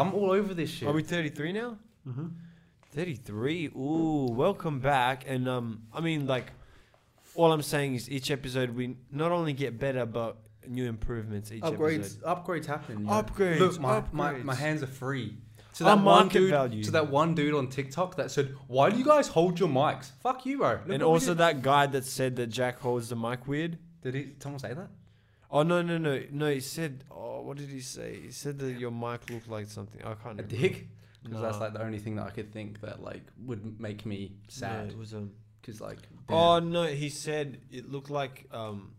I'm all over this shit. Are we 33 now? Mm-hmm. 33. Ooh, welcome back. And um, I mean, like, all I'm saying is each episode we not only get better, but new improvements each upgrades episode. upgrades happen. you know. Upgrades, Look, my, My, upgrades. my hands are free. So Our that one market dude, value. to that one dude on TikTok that said, "Why do you guys hold your mics? Fuck you, bro." Look what And we also did. that guy that said that Jack holds the mic weird. did he, someone say that? Oh no no no no! He said, oh, what did he say? He said that your mic looked like something. I can't. A remember. dick? Because that's Nah. like the only thing that I could think that like would make me No, sad. it was um. Because like, Oh no! He said it looked like um,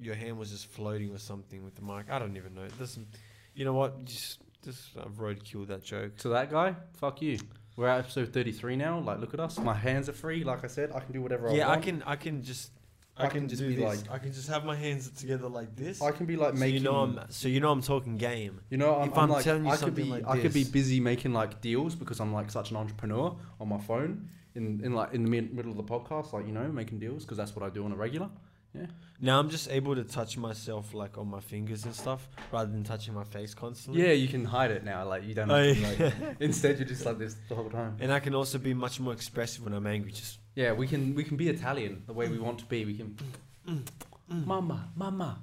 your hand was just floating or something with the mic. I don't even know. Listen, you know what? Just just uh, roadkill that joke. to that guy, fuck you. We're at episode 33 now. Like, look at us. My hands are free. Like I said, I can do whatever I yeah, I want. can. I can just. I can just be this. like- I can just have my hands together like this. I can be like so making. you know I'm. So you know I'm talking game. You know, I'm, If I'm, I'm like, telling you I could something be, like I could be this- busy making like deals because I'm like such an entrepreneur on my phone in, in like in the mid, middle of the podcast, like you know, making deals because that's what I do on a regular. Yeah, Now I'm just able to touch myself like on my fingers and stuff, rather than touching my face constantly. yeah, you can hide it now, like you don't. Oh, Have to, yeah. like, instead, you're just like this the whole time. And I can also be much more expressive when I'm angry. Just Yeah, we can we can be Italian the way we want to be. We can, Mm. mama, mama,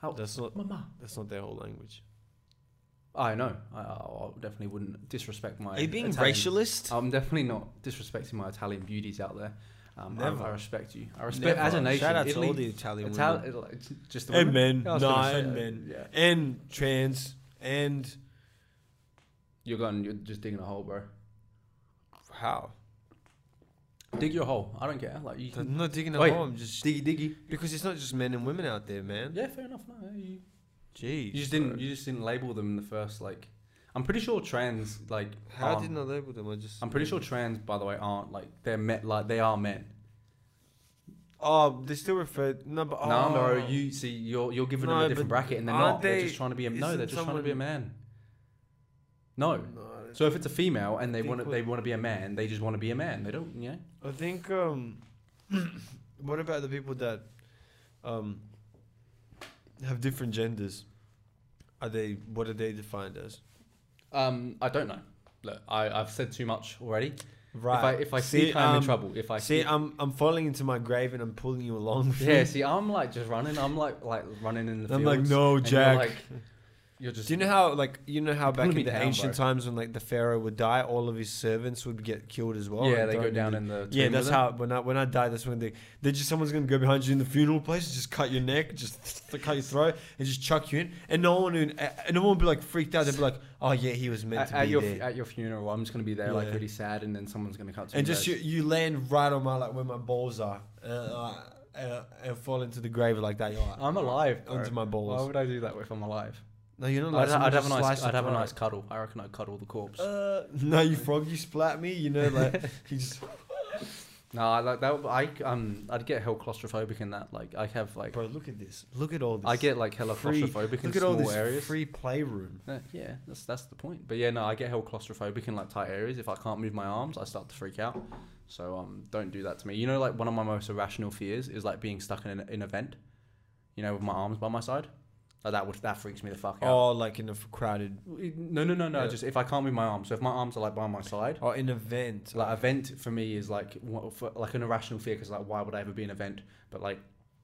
how, that's not mama. that's not their whole language. I know. I, I I definitely wouldn't disrespect my. Are you being Italian- racialist? I'm definitely not disrespecting my Italian beauties out there. Um, I- Never. I, respect you. I respect Never. as a nation. Shout out Italy, to all the Italian Ital- women. Italy- it's just the and women. men, I was gonna nah, say and that, men, Yeah, and trans, and you're going. You're just digging a hole, bro. how? Dig your hole. I don't care. Like you I'm can not digging a Wait. hole. I'm just diggy diggy. because it's not just men and women out there, man. Yeah, fair enough. No, you, Jeez, you just didn't. bro. You just didn't label them in the first. Like, I'm pretty sure trans. Like, How aren't- didn't I label them? I just. Um, I'm pretty sure trans, by the way, aren't like they're met. Like they are men. Oh, they still refer no, but No, oh, bro. You see, you're you're giving them No, a different but bracket, and they're aren't not. They, are they- just trying to be a no. isn't They're just trying to be a someone- man. No. No, So if it's a female and they think want to, what- they want to be a man, they just want to be a man. They don't. Yeah. I think. Um, what about the people that, um, have different genders? Are they? What are they defined as? Um, I don't know. Look, I I've said too much already. If I if I speak, um, I'm in trouble. If I see, speak- I'm I'm falling into my grave and I'm pulling you along. with yeah. me. See, I'm like just running. I'm like like running in the. I'm like, fields, no, and Jack. You're, like, you're just. Do you know how like you know how back pulling in me the down, ancient bro. times when like the pharaoh would die, all of his servants would get killed as well. yeah, and they go thrown down into- in the. tomb Yeah, with that's them. how when I when I die, that's when they they just someone's gonna go behind you in the funeral place, just cut your neck, just th- cut your throat, and just chuck you in, and no one would- and no one would be like freaked out. They'd be like, oh yeah, he was meant At, to at be your there, at your funeral, I'm just gonna be there like Yeah. really sad, and then someone's gonna cut. to and me just you, guys. you land right on my like where my balls are, uh, uh, uh, and fall into the grave like that. You're like, "Oh, I'm alive. Bro. onto my Why balls. would I do that if I'm alive? No, you're not. I'd, Like, ha- someone I'd have a just nice. sliced I'd your have a throat. nice cuddle. I reckon I'd cuddle the corpse. Uh, no, you frog, you splat me. You know, like you just No, I like that. I um, I'd get hell claustrophobic in that. Like, I have like, bro. Look at this. Look at all this. I get like hella free- claustrophobic in Look at all small this areas. free playroom. Uh, yeah, that's that's the point. But yeah, no, I get hell claustrophobic in like tight areas. If I can't move my arms, I start to freak out. So um, don't do that to me. You know, like one of my most irrational fears is like being stuck in an, in a vent. You know, with my arms by my side, like that would that freaks me the fuck out. Oh, like in a f- crowded No, no, no, no. Oh. Yeah. Just if I can't move my arms. So if my arms are like by my side, or oh, an event. like event for me is like what, for, like an irrational fear because like why would I ever be an event? But like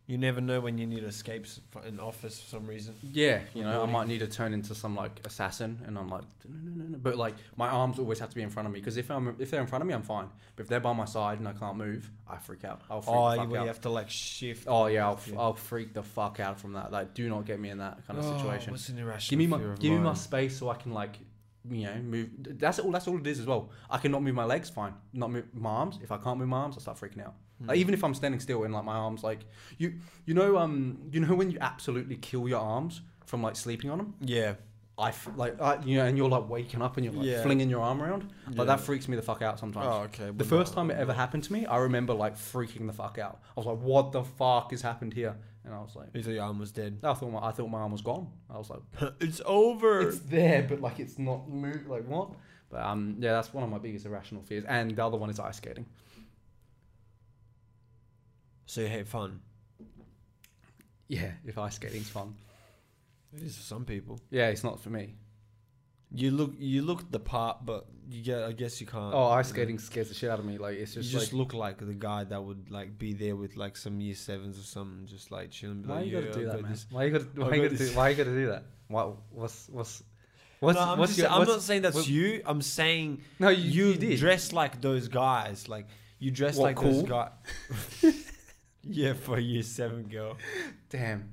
You never know when you need to escape s- f- an office for some reason. Yeah, you know, I Morning. might need to turn into some like assassin, and I'm like, no, no, no, no. But like, my arms always have to be in front of me because if I'm if they're in front of me, I'm fine. But if they're by my side and I can't move, I freak out. I'll freak Oh, the you, fuck where out. you have to like shift. oh yeah, I'll, Yeah. I'll freak the fuck out from that. Like, do not get me in that kind of Oh, situation. What's an irrational Give me my fear of give me my mine? space so I can like, you know, move. That's all. That's all it is as well. I cannot move my legs. Fine, not move my arms. If I can't move my arms, I start freaking out. Hmm. Like even Mm-hmm. if I'm standing still and like my arms, like you, you know, um, you know when you absolutely kill your arms from like sleeping on them. Yeah. I f- like I, you know, and you're like waking up and you're like Yeah. flinging your arm around. Like Yeah. that freaks me the fuck out sometimes. Oh, okay. The well, first no, time it no. ever happened to me, I remember like freaking the fuck out. I was like, "What the fuck has happened here?" And I was like, You thought your arm was dead. "I thought my, I thought my arm was gone." I was like, it's over. "It's there, but like it's not moved. Like what?" But um, yeah, that's one of my biggest irrational fears, and the other one is ice skating. so you hate fun. Yeah, if ice skating's fun. It is for some people. Yeah, it's not for me. you look you look the part, but you get I guess you can't. Oh, ice skating scares the shit out of me. Like it's You just, just, like, look like the guy that would like be there with like some year sevens or something, just like chilling. be why like, you "Yeah, gotta do I that, got man? this." Oh, Why you gotta why you got gotta do this. why you gotta do that? What what's what's what's no, I'm, what's just, your, I'm what's, not saying that's what- you. I'm saying no you, you, you did dress like those guys. Like you dress What, like cool? those guys. yeah, for a year seven girl. damn.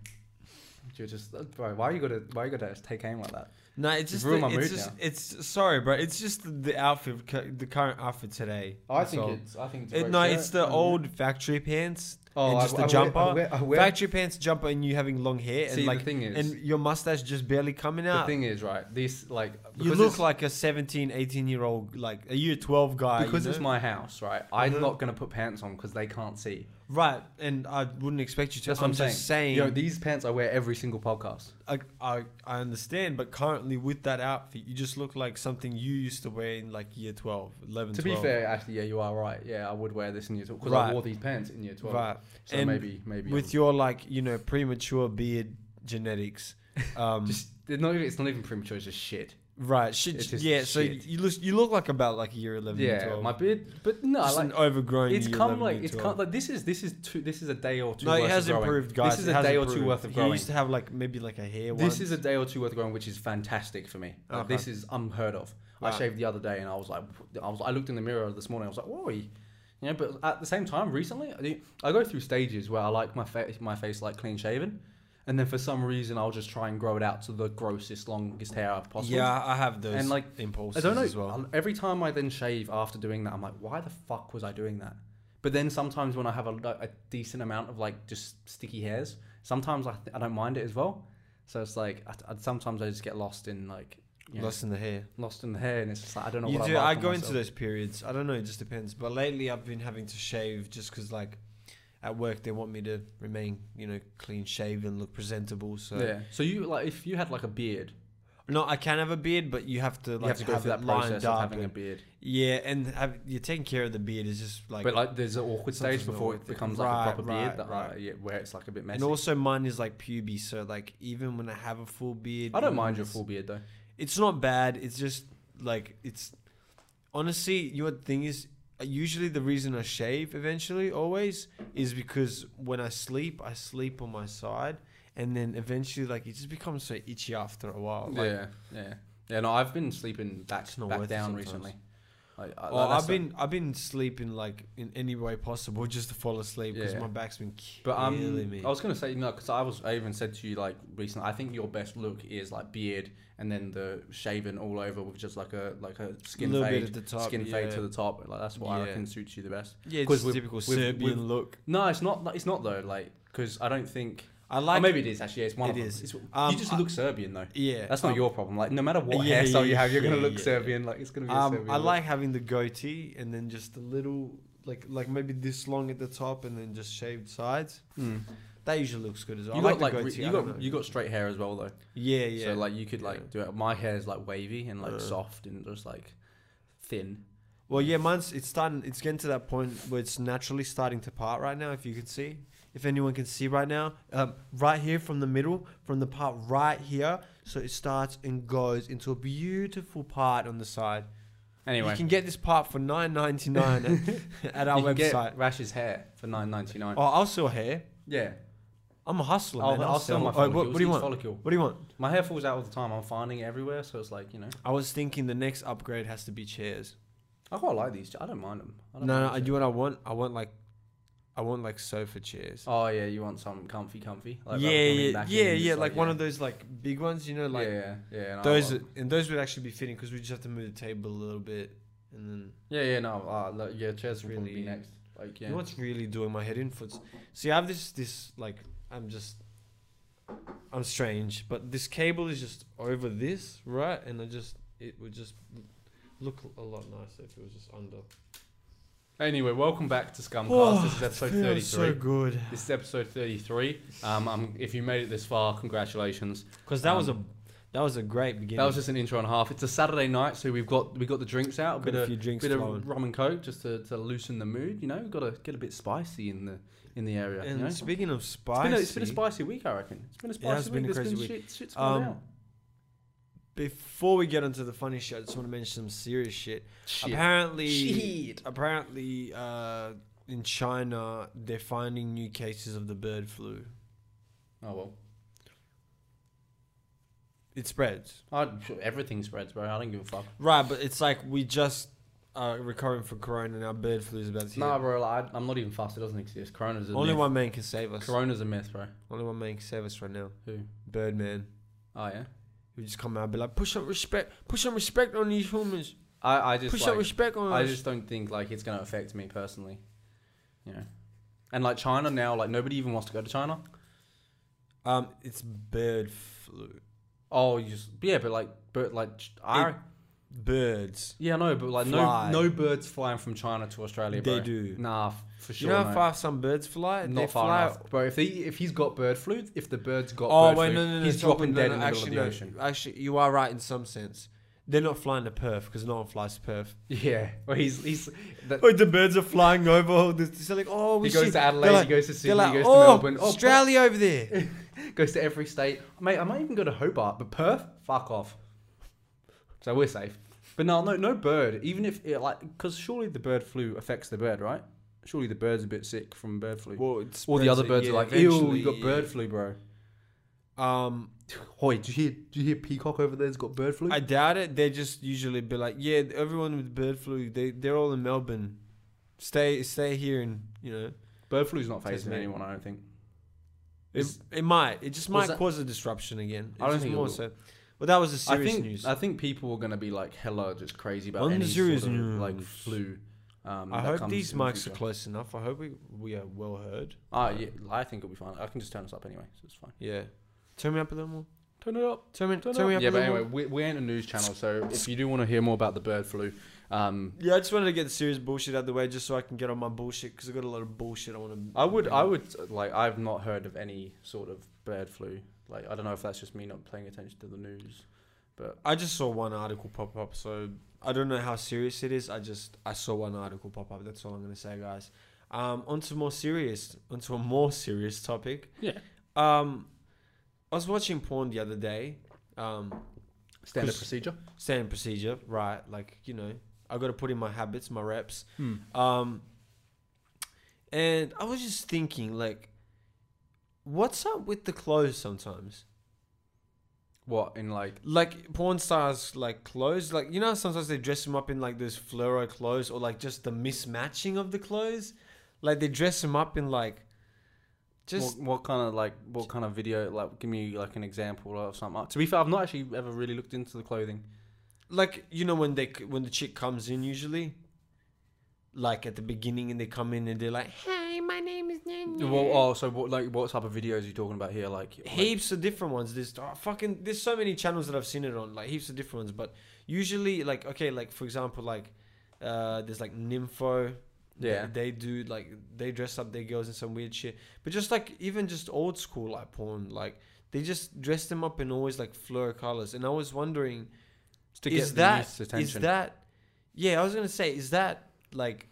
You're just uh, bro. Why you gotta why you gotta take aim like that? No, it's just ruined the- my it's mood just now. it's sorry, bro. It's just the outfit, cu- the current outfit today. I That's think all. it's I think it's a It, great no, shirt. it's the Um, old factory pants oh, and I- just I the wear- jumper. I wear- I wear- factory pants, jumper, and you having long hair See, and like the thing is, and your mustache just barely coming the out. thing is, right? This like You because look it's- like a 17, 18 year old, like a year 12 guy. because you it's know? my house, right? I'm Mhm. not gonna put pants on because they can't see. Right, and I wouldn't expect you to. That's what I'm, I'm saying. just saying. Yo, these pants I wear every single podcast. I, I I understand, but currently with that outfit, you just look like something you used to wear in like year 12, 11, To be 12. fair, actually, yeah, you are right. Yeah, I would wear this in year twelve because Right. I wore these pants in year twelve. right? So and maybe, maybe with I'm- your like you know premature beard genetics, um, just they're not even, it's not even premature. It's just shit. right? Should, it's just yeah, so shit. you look you look like about like year 11, yeah, 12. my beard, but no, Just like an overgrown. it's year come 11, like year it's 12. come like this is this is two this is a day or two. no, worth it has of growing. improved, guys. This is It a has day or two improved. worth of You growing. used to have like maybe like a hair. This once. is a day or two worth of growing, which is fantastic for me. Like, Okay. This is unheard of. Right. I shaved the other day, and I was like, I was I looked in the mirror this morning. I was like, whoa. You know, but at the same time, recently I do- I go through stages where I like my face, my face like clean shaven, and then for some reason I'll just try and grow it out to the grossest, longest hair I possible. Yeah, I have those And, like, I impulses don't know. as well. Every time I then shave after doing that, I'm like, why the fuck was I doing that? But then sometimes when I have a, like, a decent amount of like just sticky hairs, sometimes I, th- I don't mind it as well. So it's like I, I, sometimes I just get lost in like you know, lost. Lost in the hair. in the hair, and it's just like I don't know. You what do. I, I like for go myself. into those periods. I don't know. It just depends. But lately, I've been having to shave just because, like, at work they want me to remain, you know, clean shaven, look presentable. So Yeah. So you like if you had like a beard, no, I can have a beard, but you have to like you have to go through it that lined process of up. having a and- beard. Yeah, and have, you're taking care of the beard is just like. but like there's an awkward stage something's not before worth it it. becomes Right, like a proper right, beard that right. I, yeah, where it's like a bit messy. and also mine is like puby, so like even when I have a full beard, I don't even mind when your it's- full beard though. It's not bad. It's just like it's honestly your thing is usually the reason I shave eventually always is because when I sleep, I sleep on my side, and then eventually like it just becomes so itchy after a while. Like, yeah, yeah, yeah. No, I've been sleeping back Oh, It's not worth back it down sometimes. recently. Like, I- Oh, like, that's I've the- been i I've been sleeping like in any way possible just to fall asleep because Yeah. my back's been killing But um, me. I was gonna say no, because I was I even said to you like recently. I think your best look is like beard and then the shaven all over with just like a like a skin Little fade, bit at the top, skin fade to yeah. the top. Like that's what Yeah. I reckon suits you the best. yeah, it's 'cause just we've- typical we've- Serbian we've- look. No, it's not. It's not though. Like because I don't think. I Like, like Oh, maybe it is actually. Yeah, it's one it of them. is. It's- Um, you just I- look Serbian though. Yeah, That's not um, your problem. Like no matter what yeah, hairstyle yeah, you have, you're yeah, gonna look yeah, yeah. Serbian. Like it's gonna be. a Um, Serbian I look. like having the goatee and then just a little, like like maybe this long at the top and then just shaved sides. Mm. That usually looks good as well. You Hmm. I got like the re- goatee. you I don't got know. you got straight hair as well though. yeah, yeah. So like you could like do it. My hair's like wavy and like Yeah. soft and just like thin. well, yeah, mine's it's starting. It's getting to that point where it's naturally starting to part right now. If you can see, if anyone can see right now, um, right here from the middle, from the part right here, so it starts and goes into a beautiful part on the side. Anyway, you can get this part for nine ninety nine at, at our you can get website. Rash's hair for nine ninety nine. Oh, I'll sell hair. Yeah, I'm a hustler. I'll, man. I'll sell my Oh, what, follicles. what do you each want? Follicle. What do you want? My hair falls out all the time. I'm finding it everywhere, so it's like you know. I was thinking the next upgrade has to be chairs. I quite like these. I don't mind them. I No, don't no, mind I them. do what I want. I want like, I want like sofa chairs. Oh yeah, you want some comfy, comfy? rather yeah, than lean yeah, back in yeah, and yeah. just, Like one of those like big ones, you know, like yeah, Oh, yeah, yeah. no, I those, like- are- and those would actually be fitting because we just have to move the table a little bit, and then yeah, yeah. No, uh, like, yeah. Chairs will probably be Really- next. Like yeah. you know what's really doing my head in for? See, I have this, this like I'm just, I'm strange, but this cable is just over this, right? And I just, it would just look a lot nicer if it was just under. Anyway, welcome back to Scumcast. Oh, this is episode feels thirty so three. good. This is episode 33. Um, um, if you made it this far, congratulations. Because that was a Um, that was a great beginning. That was just an intro and a half. It's a Saturday night, so we've got we got the drinks out, a Got bit a of few drinks bit flowing. of rum and coke just to, to loosen the mood. You know, we've got to get a bit spicy in the in the area. you And know? It's been, speaking of a, spicy, it's been a spicy week, I reckon. It's been a Yeah, spicy it's week. been a There's crazy Um, been week. Shit, shit's gone Um, down. Before we get onto the funny shit, I just want to mention some serious shit. Apparently, Shit. apparently, uh, in China, they're finding new cases of the bird flu. Oh well, It spreads. I, everything spreads, bro. I don't give a fuck. Right, but it's like we just are recovering from corona now. Bird flu is about to hit. Nah, bro. Like, I, I'm not even fast. It doesn't exist. Corona's a Only myth. one man can save us. Corona's a myth, bro. Only one man can save us right now. Who? Birdman. Oh yeah. He would just come out and be like, push up respect, push up respect on these humans. I I just Push like, up respect on I us. just don't think like it's gonna affect me personally. You know. And like China now, like nobody even wants to go to China. Um, it's bird flu. Oh, you just yeah, but like, but like, ch- I Birds. yeah, no, but like, Fly. no, no birds flying from China to Australia, bro. They do. Nah, f- for you sure. know no. how far some birds fly? Not they far fly. enough, bro. If they, if he's got bird flu, if the bird's got Oh bird wait, flu, no, no, no. he's stop, dropping no, dead no, in the actually, middle of the no. ocean. Actually, you are right in some sense. They're not flying to Perth because no one flies to Perth. Yeah, well, he's he's that, Wait, the birds are flying over. all this- They're like, oh, we he goes should- to they're Adelaide, like- he goes to they're Sydney, like, he goes oh, to Melbourne, oh, Australia over there. Perth- goes to every state. Mate, I might even go to Hobart, but Perth, fuck off. So we're safe. But no, no, no bird. Even if it like, because surely the bird flu affects the bird, right? Surely the bird's a bit sick from bird flu. Well, All the other birds are like, ew, you got bird flu, bro. Um, Hoy, do you hear? Do you hear peacock over there's got bird flu? I doubt it. They just usually be like, yeah, everyone with bird flu, they they're all in Melbourne. Stay stay here and you know bird flu's not Tasmania. phasing anyone, I don't think. it, Is- it might it just Was might that- cause a disruption again. I don't It's just think it more will. so. Well, that was the serious I think news. I think people are gonna be like hella just crazy about On the any serious sort of, like news. flu. Um, I that hope comes these in the mics are future. close enough. I hope we we are well heard. Ah, yeah, I think it'll be fine. I can just turn this up anyway, so it's fine. Yeah, turn me up a little more. Turn it up. Turn me Turn turn, me up. Yeah, a but little anyway, more. we, we ain't a news channel, so if you do want to hear more about the bird flu, um, Yeah, I just wanted to get the serious bullshit out of the way just so I can get on my bullshit because I got a lot of bullshit I want to. I would, I would uh, like. I've not heard of any sort of bird flu. Like, I don't know if that's just me not paying attention to the news, but I just saw one article pop up, so I don't know how serious it is. I just I saw one article pop up. That's all I'm gonna say, guys. Um, onto more serious, onto a more serious topic. Yeah. Um, I was watching porn the other day. Um, standard Cause- procedure. standard procedure, right? Like you know, I got to put in my habits, my reps. Hmm. Um, and I was just thinking, like, what's up with the clothes sometimes? What in like? like porn stars like clothes like you know how sometimes they dress them up in like those fluoro clothes or like just the mismatching of the clothes like they dress them up in like just what, what kind of like what kind of video like give me like an example of something to be fair i've not actually ever really looked into the clothing like you know when they c- when the chick comes in usually like at the beginning and they come in and they're like hi my name is Nene. well oh so what like what type of videos are you talking about here like, like- heaps of different ones. There's oh, fucking there's so many channels that I've seen it on, like heaps of different ones. But usually, like okay, like for example, like uh, there's like Nympho. They- Yeah. they, do like they dress up their girls in some weird shit. But just like even just old school like porn, like they just dress them up in always like fluoro colors. And I was wondering, to is the that youth's is that? Yeah, I was gonna say, is that like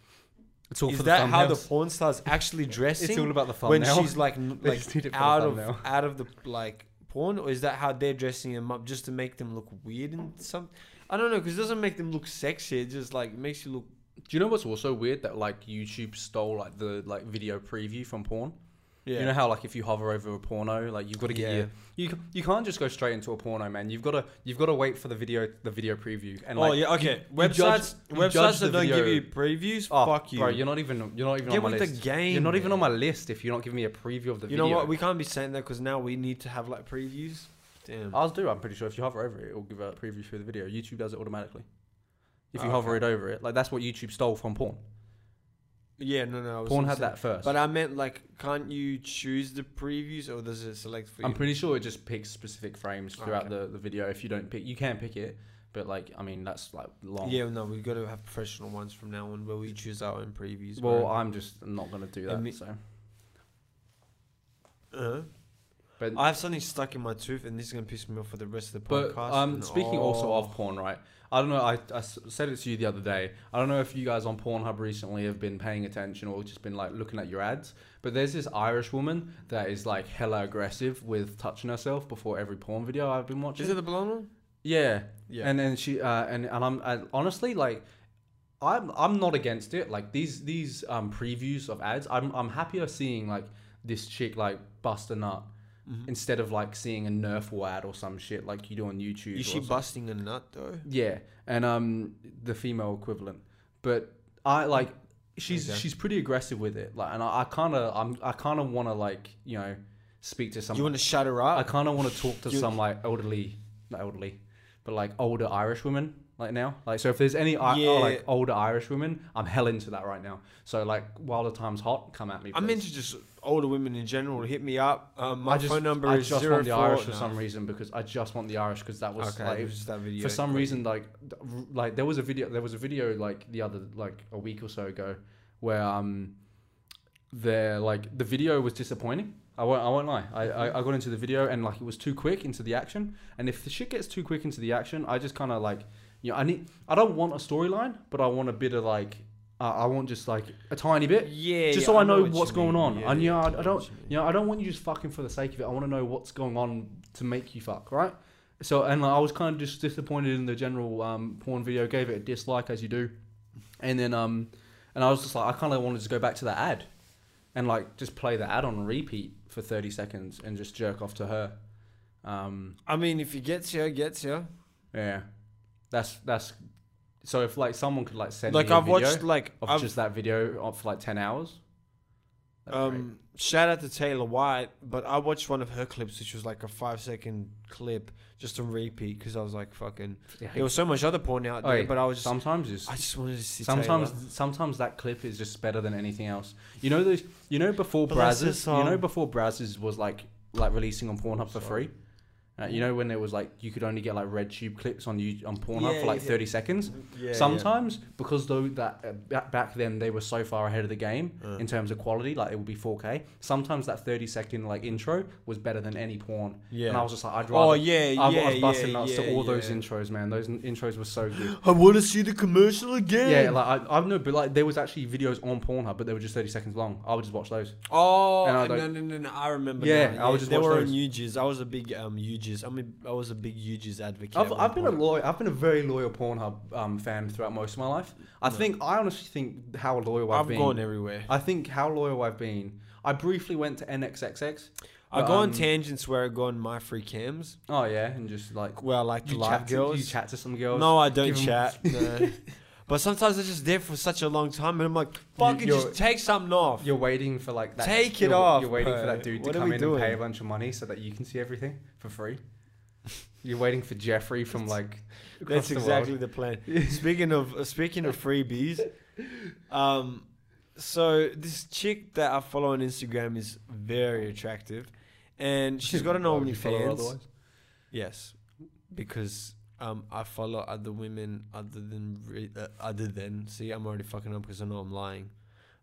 it's all is for that the how the thumbnails. porn stars actually dressing? it's all about the thumbnail when she's like n- They like just need it for the out of thumbnail. out of the like porn or is that how they're dressing them up just to make them look weird and some I don't know because it doesn't make them look sexy it just like makes you look do you know what's also weird that like youtube stole like the like video preview from porn yeah You know how like if you hover over a porno, like you've got to get Yeah. your, you ca- you can't just go straight into a porno, man. You've got to you've got to wait for the video the video preview and oh like yeah okay you websites judge- you websites judge that the don't give video. you previews oh, fuck you bro, you're not even you're not even get on my with list. the game You're not even on man. my list if you're not giving me a preview of the you video. know what we can't be saying that because now we need to have like previews damn Ours do. I'm pretty sure if you hover over it, it will give a preview through the video. YouTube does it automatically. If you Oh, hover it okay. over it, like that's what YouTube stole from porn. yeah no no I was Porn gonna had say- that first. but uh, I meant like can't you choose the previews or does it select for you I'm pretty sure it just picks specific frames Oh, throughout okay. the, the video. If you don't pick, you can pick it, but like I mean, that's like long. Yeah, no, we got to have professional ones from now on where we choose our own previews. Well, bro. I'm just not gonna do that. And me- so, Uh, but I have something stuck in my tooth, and this is gonna piss me off for the rest of the podcast. But um, and- speaking also oh. of porn, right? I don't know. I, I s- said it to you the other day. I don't know if you guys on Pornhub recently have been paying attention or just been like looking at your ads. But there's this Irish woman that is like hella aggressive with touching herself before every porn video I've been watching. is it the blonde one? Yeah. Yeah. And then she uh, and and I'm and honestly like I'm I'm not against it. Like these these um previews of ads, I'm I'm happier seeing like this chick like bust a nut Mm-hmm. instead of like seeing a Nerf war ad or some shit like you do on YouTube. Is or she some- busting a nut though? yeah, and um the female equivalent. But I like she's Okay. she's pretty aggressive with it. Like, and I, I kind of I'm I kind of want to like you know speak to You someone. want to shut her I up? kind of want to talk to You- some like elderly, not elderly, but like older Irish women. Like now, like so, if there's any I oh, Yeah. like older Irish women, I'm hell into that right now. So like, while the time's hot, come at me. I'm please. into just older women in general. Hit me up. Um, my I just, phone number I is just zero want the four- Irish for no. some reason because I just want the Irish because that was Okay, like it was just that video. for some reason like th- r- like there was a video there was a video like the other like a week or so ago where um the like the video was disappointing i won't i won't lie I, I i got into the video and like it was too quick into the action and if the shit gets too quick into the action i just kind of like you know i need i don't want a storyline but i want a bit of like uh, i want just like a tiny bit yeah, just yeah, so I know, what you what's going mean. on. Yeah, and yeah, yeah, I I, I know don't, what you mean. you know, I don't want you just fucking for the sake of it. I want to know what's going on to make you fuck, right? So, and like, I was kind of just disappointed in the general um, porn video. Gave it a dislike as you do, and then um, and I was just like, I kind of wanted to go back to that ad, and like just play the ad on repeat for thirty seconds and just jerk off to her. Um, I mean, if it gets you, it gets you. yeah, that's that's. So if like someone could like send Like me a I've video watched, like of I've, just that video of like ten hours. that'd be great. Um, shout out to Taylor White, but I watched one of her clips, which was like a five second clip, just on repeat, because I was like, fucking. Yeah, There was so much other porn out there, Oi, but I was just, sometimes it's I just wanted to see. sometimes Taylor. sometimes that clip is just better than anything else. You know those you know before Bless her Brazzers soul. you know before Brazzers was like like releasing on Pornhub for Sorry. free. Uh, you know when it was like you could only get like red tube clips on you on Pornhub Yeah, for like yeah. thirty seconds. yeah, Sometimes because though that uh, ba- back then they were so far ahead of the game Uh. in terms of quality, like it would be four K. Sometimes that thirty second like intro was better than any porn. yeah. And I was just like, I'd rather. oh yeah, yeah, I was busting yeah, nuts yeah, to all those yeah. intros, man. Those in- intros were so good. I want to see the commercial again. Yeah, like I, I know, but like there was actually videos on Pornhub, but they were just thirty seconds long. I would just watch those. oh and I no, no, don't- no, no, I remember. Yeah, now. I would just they watch were those. on UGs. I was a big um UGs. I mean, I was a big UGs advocate. I've, at I've one been a point. loyal, I've been a very loyal Pornhub um, fan throughout most of my life. I No. think I honestly think how loyal I've, I've been. gone everywhere. I think how loyal I've been. I briefly went to NXXX. I but, go on um, tangents where I go on my free cams Oh yeah, and just like where I like to you live chat, to, girls. you chat to some girls. no, I don't give 'em- chat. no. But sometimes they're just there for such a long time, and I'm like, fucking you're- just take something off. You're waiting for like that. Take it you're- off, You're waiting for bro. that dude to What are come we in and doing? pay a bunch of money so that you can see everything for free. You're waiting for Jeffrey from like. across That's the world. exactly the plan. speaking of uh, speaking of freebies, um, so this chick that I follow on Instagram is very attractive, and she's got an Why would you follow her OnlyFans. otherwise? Yes, because um, I follow other women other than re- uh, other than. See, I'm already fucking up because I know I'm lying.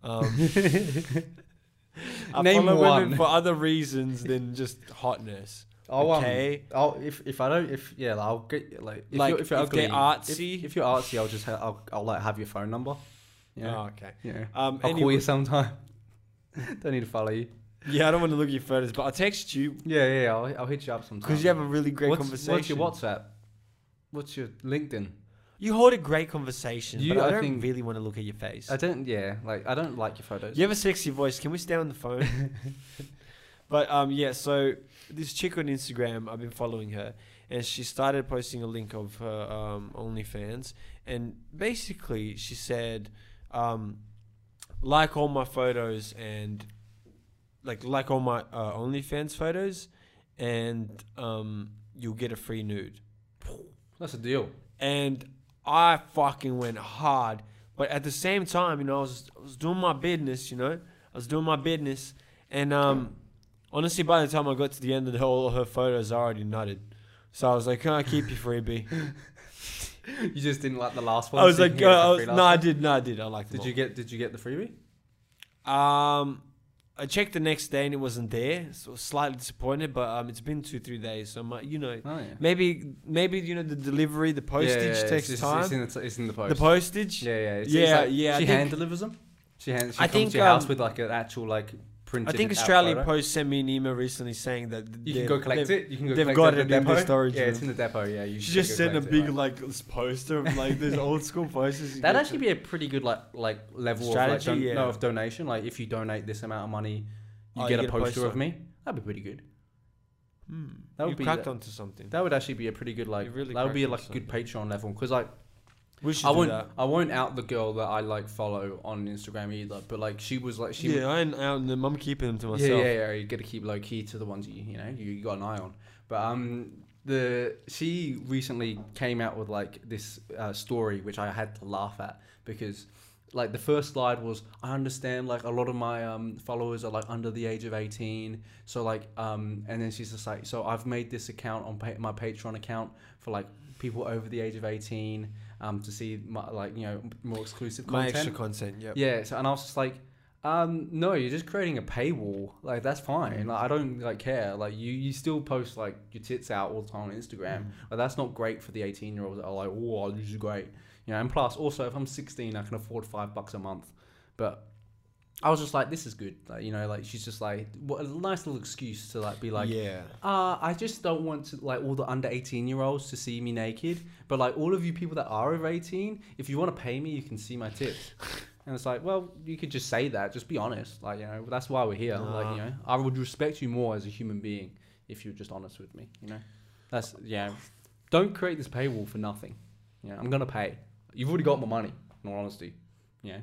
Um, I Name follow one. women for other reasons than just hotness. I'll, Okay. Um, I'll, if if I don't if yeah like, I'll get like if Like, you're, if you're if they're ugly, artsy. If, if you're artsy, I'll just ha- I'll, I'll like have your phone number. Yeah, Oh, okay. yeah. Um, I'll call anyway, you sometime. don't need to follow you. yeah, I don't want to look at your photos, but I'll text you Yeah, yeah. yeah, I'll, I'll hit you up sometime. because you have a really great what's, conversation. What's your WhatsApp? What's your LinkedIn? You hold a great conversation, You- but I, I don't think- really want to look at your face. I don't. Yeah, like I don't like your photos. you have a sexy voice. Can we stay on the phone? but um, yeah. So this chick on Instagram, I've been following her, and she started posting a link of her um, OnlyFans, and basically she said, um, like all my photos and like like all my uh, OnlyFans photos, and um, you'll get a free nude. That's a deal. and I fucking went hard. But at the same time, you know, I was I was doing my business, you know, I was doing my business, and um, honestly, by the time I got to the end of the whole, her photos, I already nutted. So I was like, "Can I keep you freebie?" You just didn't like the last one. I was so you can like, get uh, it for I was, free "No, last I time? did, no, I did. I liked them Did you get Did you get the freebie? all. Um, I checked the next day and it wasn't there, so I was slightly disappointed. But um, it's been two, three days, so my, you know, Oh yeah. maybe, maybe you know, the delivery, the postage Yeah, yeah, yeah, takes it's, time. It's in the, it's in the post. the postage, Yeah, yeah, it's, Yeah, it's like, yeah, I She think- hand delivers them. She hands. She I comes think, to your house um, with like an actual like I printed. think an app Australian photo. Post sent me an email recently saying that You they've- can go collect they've- it. You can go. they've collect got it it at the in their depot. storage Yeah, it's room. in the depot. Yeah, you She should just go sent a collect it, big right. like this poster of like these old school posters. you That'd get actually to- be a pretty good like like level of like Strategy, don- yeah. no of donation. Like if you donate this amount of money, you Oh, get, a, poster of me. That'd be pretty good. Hmm. that would you be cracked the- onto something. That would actually be a pretty good like. You really that would be cracked like a this good Patreon level because like we should I do won't that. I won't out the girl that I like follow on Instagram either. But like she was like she yeah, I and I'm, I'm keeping them to yeah, myself. yeah, yeah. You got to keep low key to the ones you you know you, you got an eye on. But um, the she recently came out with like this uh, story which I had to laugh at because like the first slide was I understand like a lot of my um followers are like under the age of eighteen. So like um, and then she's just like, so I've made this account on pa- my Patreon account for like people over the age of eighteen um to see my, like you know m- more exclusive My content. extra content, yep. Yeah, so, and I was just like, um, no, you're just creating a paywall. Like that's fine. Like I don't like care. Like you, you still post like your tits out all the time on Instagram. But that's not great for the 18 year olds that are like, oh, this is great. You know, and plus also if I'm 16, I can afford five bucks a month. But I was just like, this is good. Like, you know, like she's just like, what a nice little excuse to like be like, yeah. uh, I just don't want to like all the under eighteen year olds to see me naked. But like all of you people that are over eighteen, if you want to pay me, you can see my tits. and it's like, well, you could just say that. Just be honest. Like you know, that's why we're here. Like you Nah. know, I would respect you more as a human being if you're just honest with me. You know, that's yeah. Don't create this paywall for nothing. You know, I'm gonna pay. You've already got my money. In all honesty, you know,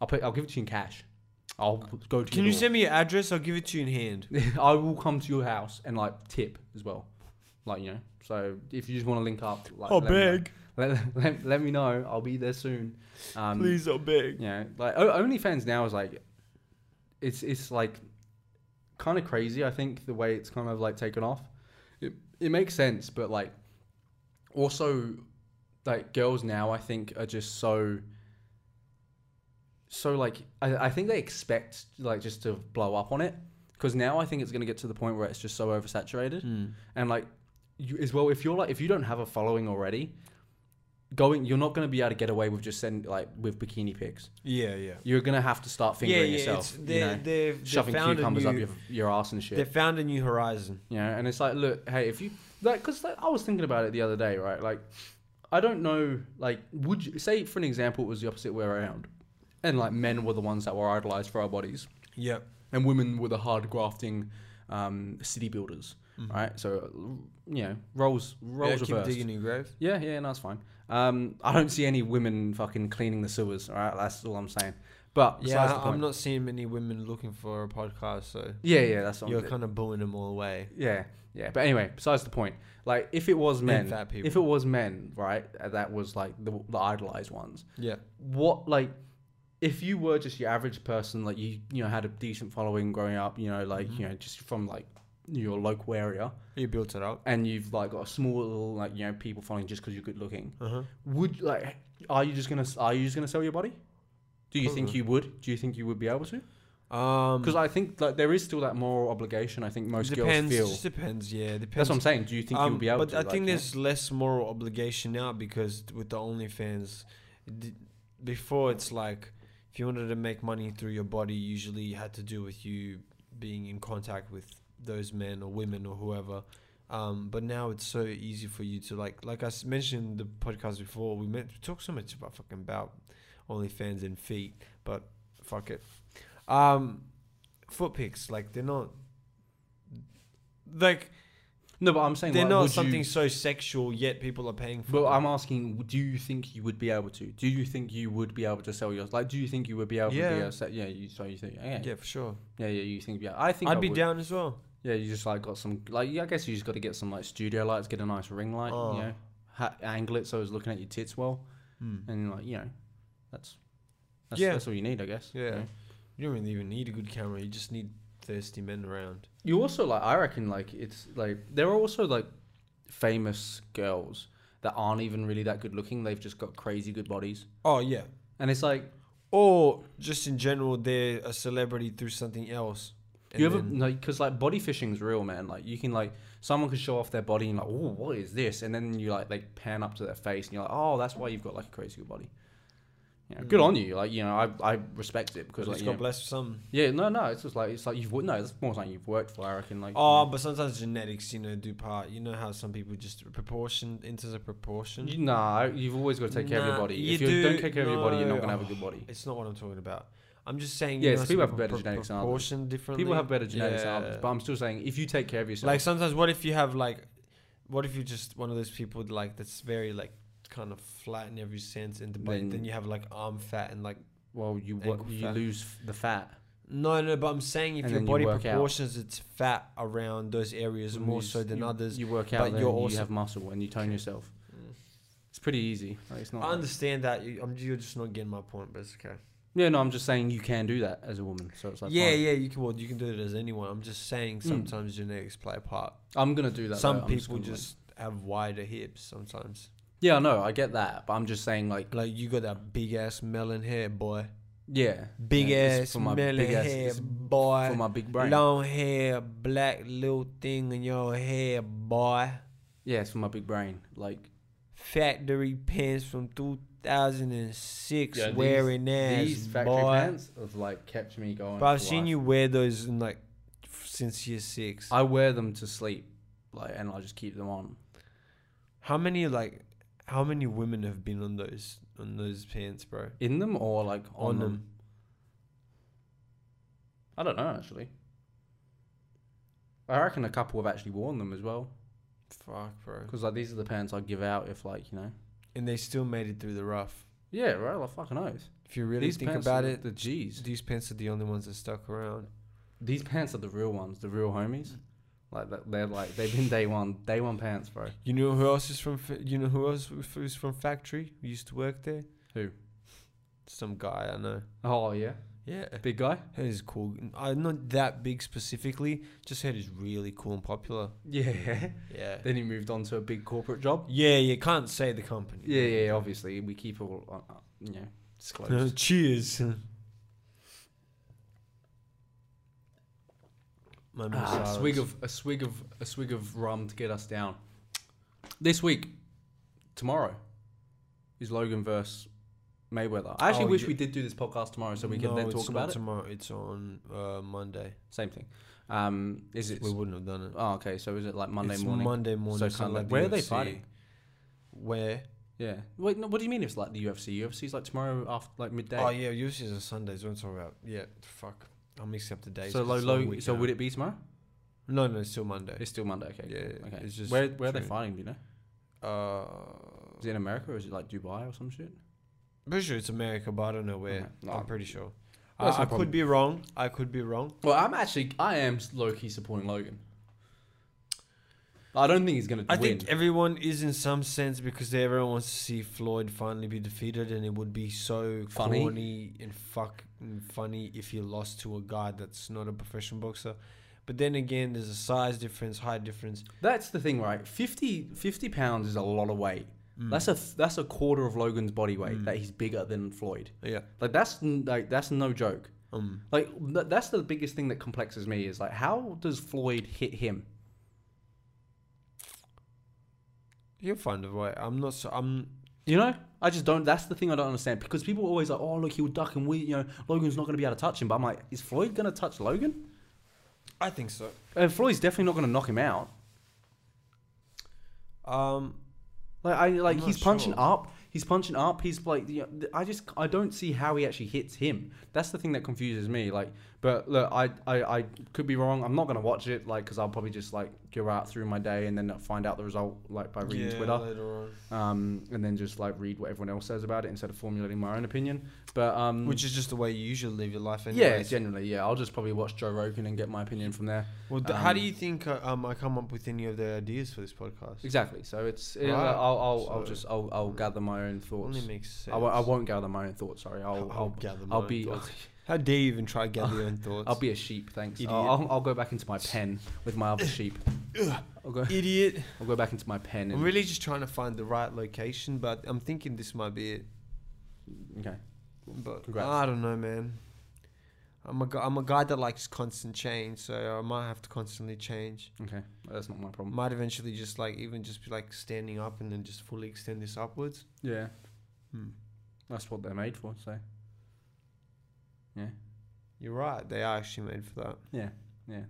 I'll pay, I'll give it to you in cash. I'll go to. Can your you door. send me your address? I'll give it to you in hand. I will come to your house and like tip as well, like you know. So if you just want to link up, like, I'll let me know. beg. Let, let, let me know. I'll be there soon. Um, Please, I'll beg. you know, like O- OnlyFans now is like, it's it's like, kind of crazy. I think the way it's kind of like taken off, it it makes sense, but like, also, like girls now I think are just so. So like I, I think they expect like just to blow up on it because now I think it's gonna get to the point where it's just so oversaturated Mm-hmm. and like you as well if you're like if you don't have a following already going you're not going to be able to get away with just send like with bikini pics Yeah, yeah. you're going to have to start Yeah, fingering yeah. yourself It's, you they, know, they've, shoving they've found cucumbers a up new, your, your ass and They shit found a new horizon. you know and it's like look hey if you like because like, i was thinking about it the other day right like i don't know like would you say for an example it was the opposite way around and like men were the ones that were idolized for our bodies Yep. and women were the hard grafting um, city builders Mhm. right so you know roles roles yeah, reversed. keep digging your grave. Yeah, yeah, no, that's fine. Um, I don't see any women fucking cleaning the sewers. All right, that's all I'm saying. But Yeah, besides the I- point, I'm not seeing many women looking for a podcast, so Yeah, yeah, that's what you're I'm kind of booing them all away. Yeah, yeah. But anyway, besides the point, like if it was men, fat people. if it was men, right, uh, that was like the, the idolized ones. Yeah. What like if you were just your average person, like you you know had a decent following growing up, you know, like Mm-hmm. you know just from like your local area, You built it up. and you've like got a small little like you know people following just because you're good looking. Uh-huh. would like are you just gonna are you just gonna sell your body do you think Probably. you would do you think you would be able to Um, because i think like there is still that moral obligation i think most depends. girls Just feel depends. Yeah, depends. that's what i'm saying do you think you Um, would be able but to I like, think yeah? there's less moral obligation now because with the OnlyFans, d- before it's like if you wanted to make money through your body, usually you had to do with you being in contact with those men or women or whoever. Um, but now it's so easy for you to like, like I s- mentioned in the podcast before. We, meant, we talk so much about fucking about OnlyFans and feet, but fuck it. Um, foot pics, like they're not like no but i'm saying they're like, not would something you, so sexual, yet people are paying for but it. i'm asking do you think you would be able to do you think you would be able to sell yours like do you think you would be able to Yeah. be a set yeah you so you think yeah yeah yeah, for sure. yeah, you think yeah i think I'd I be would. down as well. yeah you just like got some like yeah, i guess you just got to get some like studio lights get a nice ring light Oh. you know ha- angle it so it's looking at your tits well and like you know, that's that's, Yeah. that's all you need, I guess. you Yeah. know? You don't really even need a good camera. You just need thirsty men around. You also like I reckon like it's like there are also like famous girls that aren't even really that good looking. They've just got crazy good bodies, Oh yeah. and it's like Or just in general, they're a celebrity through something else. you and ever then- like because like body fishing's real, man. Like you can like someone could show off their body and like oh what is this, and then you like they pan up to their face and you're like oh that's why you've got like a crazy good body. You know, Mm. Good on you. Like you know, I, I respect it because Because like just you got know- blessed with some. yeah, no, no, it's just like it's like you've wo- no, it's more something you've worked for. I reckon like you Oh, know. but sometimes genetics, you know, do part. You know how some people just proportion into the proportion. You, nah, you've always got to take care of your Nah, body. you if you do- do, not take care of your body, you're not no. gonna have a good body. It's not what I'm talking about. I'm just saying. Yeah, people know, some have better pro- genetics than others. Proportion differently. People have better genetics than others, Yeah. but I'm still saying if you take care of yourself, Like sometimes, what if you have like, what if you're just one of those people like that's very like kind of flat in every sense in the body. Then- Then, you have like arm fat and like well, you Ankle wo- you fat. lose f- the fat. no no. But I'm saying if And your then you body work out. proportions its fat around those areas You more lose- so than you- others. You work out, but then you're you also- have muscle, and you tone yourself. Mm. It's pretty easy. Like, it's not. I like- understand that. You, I'm, you're just not getting my point, but it's okay. yeah, no, I'm just saying you can do that as a woman. So it's like yeah, fine. yeah, you can. Well, you can do it as anyone. I'm just saying Mm. sometimes genetics play a part. I'm gonna do that. Some though. I'm people gonna, like- just have wider hips sometimes. yeah, I know, I get that, but I'm just saying like Like you got that big ass melon hair, boy. yeah, Big yeah, it's ass melon hair, it's boy. for my big brain. Long hair, black little thing in your hair, boy. Yeah, it's for my big brain. Like Factory pants from 2006, Yeah, these- wearing ass, these factory boy. pants have like kept me going. But I've for seen life. you wear those in like f- since year six. I wear them to sleep, like, and I just keep them on. How many like, how many women have been on those on those pants, bro? In them or like on, On them. them. I don't know actually. I reckon a couple have actually worn them as well, Fuck, bro. because like these are the pants I give out if like you know. And they still made it through the rough. Yeah, right. Like fucking oath. If you really these think pants about are it, the G's. these pants are the only ones that stuck around. These pants are the real ones, the real homies. Like that, they're like they've been day one, day one pants, bro. You know who else is from? fa- You know who else f- is from factory? Who used to work there? Who? Some guy I know. Oh yeah, Yeah, big guy. heard he's cool. I not that big specifically. Just heard he's really cool and popular. Yeah. Yeah. then he moved on to a big corporate job. Yeah, you can't say the company. Yeah, yeah. yeah, Obviously, we keep all, on, uh, you know, Uh, disclosed. cheers. Ah, My a massage. swig of a swig of a swig of rum to get us down. This week, tomorrow, is Logan versus Mayweather. I actually Oh, wish you- we did do this podcast tomorrow so we can No, then it's talk not about it. tomorrow. It's on uh, Monday. Same thing. Um, is it? we wouldn't have done it. Oh, okay. So is it like Monday It's morning? Monday morning. So it's not Sunday. like the Where are they UFC. fighting? Where? Yeah. Wait, no, what do you mean it's like the UFC? UFC's like tomorrow after like midday. Oh yeah, UFC is on Sundays. Don't talk about. Yeah, fuck. I'm mixing up the days. so low, low. So would it be tomorrow? No, no, it's still Monday. It's still Monday. Okay. Yeah, cool. Okay. it's just where where are they true. fighting? Do you know? uh, Is it in America or is it like Dubai or some shit? pretty sure it's America, but I don't know where. Okay. No, I'm pretty sure. that's I, no I problem. could be wrong. I could be wrong. Well, I'm actually I am low key supporting Logan. I don't think he's gonna I win. think everyone is in some sense because everyone wants to see Floyd finally be defeated, and it would be so Funny. corny and fucking funny if he lost to a guy that's not a professional boxer. But then again, there's a size difference, height difference. that's the thing, right? 50, 50 pounds is a lot of weight. Mm. That's a that's a quarter of Logan's body weight Mm. that he's bigger than Floyd. yeah. Like that's n- like that's no joke. Um. Like th- that's the biggest thing that complexes me is like how does Floyd hit him? You'll find a way. I'm not so. I'm. You know, I just don't. That's the thing I don't understand because people are always like, oh look, he'll duck and we, you know, Logan's not gonna be able to touch him. But I'm like, is Floyd gonna touch Logan? I think so. And Floyd's definitely not gonna knock him out. Um. Like I like I'm not he's punching sure. up, he's punching up. He's like you know, th- I just I don't see how he actually hits him. That's the thing that confuses me. Like, but look, I I, I could be wrong. I'm not gonna watch it like because I'll probably just like go out through my day and then find out the result like by reading Twitter, later on. um, and then just like read what everyone else says about it instead of formulating my own opinion. But um, Which is just the way you usually live your life, yeah, anyways. generally yeah, I'll just probably watch Joe Rogan and get my opinion from there. Well, th- how do Um, you think uh, um I come up with any of the ideas for this podcast? Exactly. So it's Right. yeah, I'll I'll, I'll So- just I'll, I'll gather my own thoughts. Only makes sense. I won't, I won't gather my own thoughts. Sorry, I'll, I'll gather my I'll own be thoughts. How dare you even try to gather your own thoughts? I'll be a sheep, thanks. Idiot. I'll, I'll, I'll go back into my pen with my other sheep. I'll go. idiot. I'll go back into my pen. I'm And, really just trying to find the right location, but I'm thinking this might be it. okay. But Congrats. I don't know, man. I'm a gu- I'm a guy that likes constant change, so I might have to constantly change. Okay. That's not my problem. Might eventually just like even just be like standing up and then just fully extend this upwards. Yeah. Hmm. That's what they're made for. So You're right. They are actually made for that. yeah,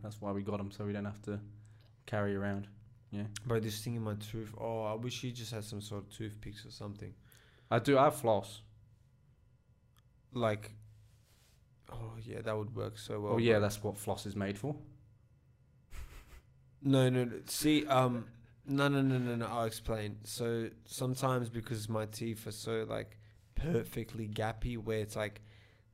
that's why we got them, so we don't have to carry around. Bro, this thing in my tooth. Oh, I wish you just had some sort of toothpicks or something. I do. I have floss. Like, oh yeah, that would work so well. oh yeah, bro. that's what floss is made for. No, no, no. See, um, no, no, no, no, no. I'll explain. So sometimes because my teeth are so like perfectly gappy, where it's like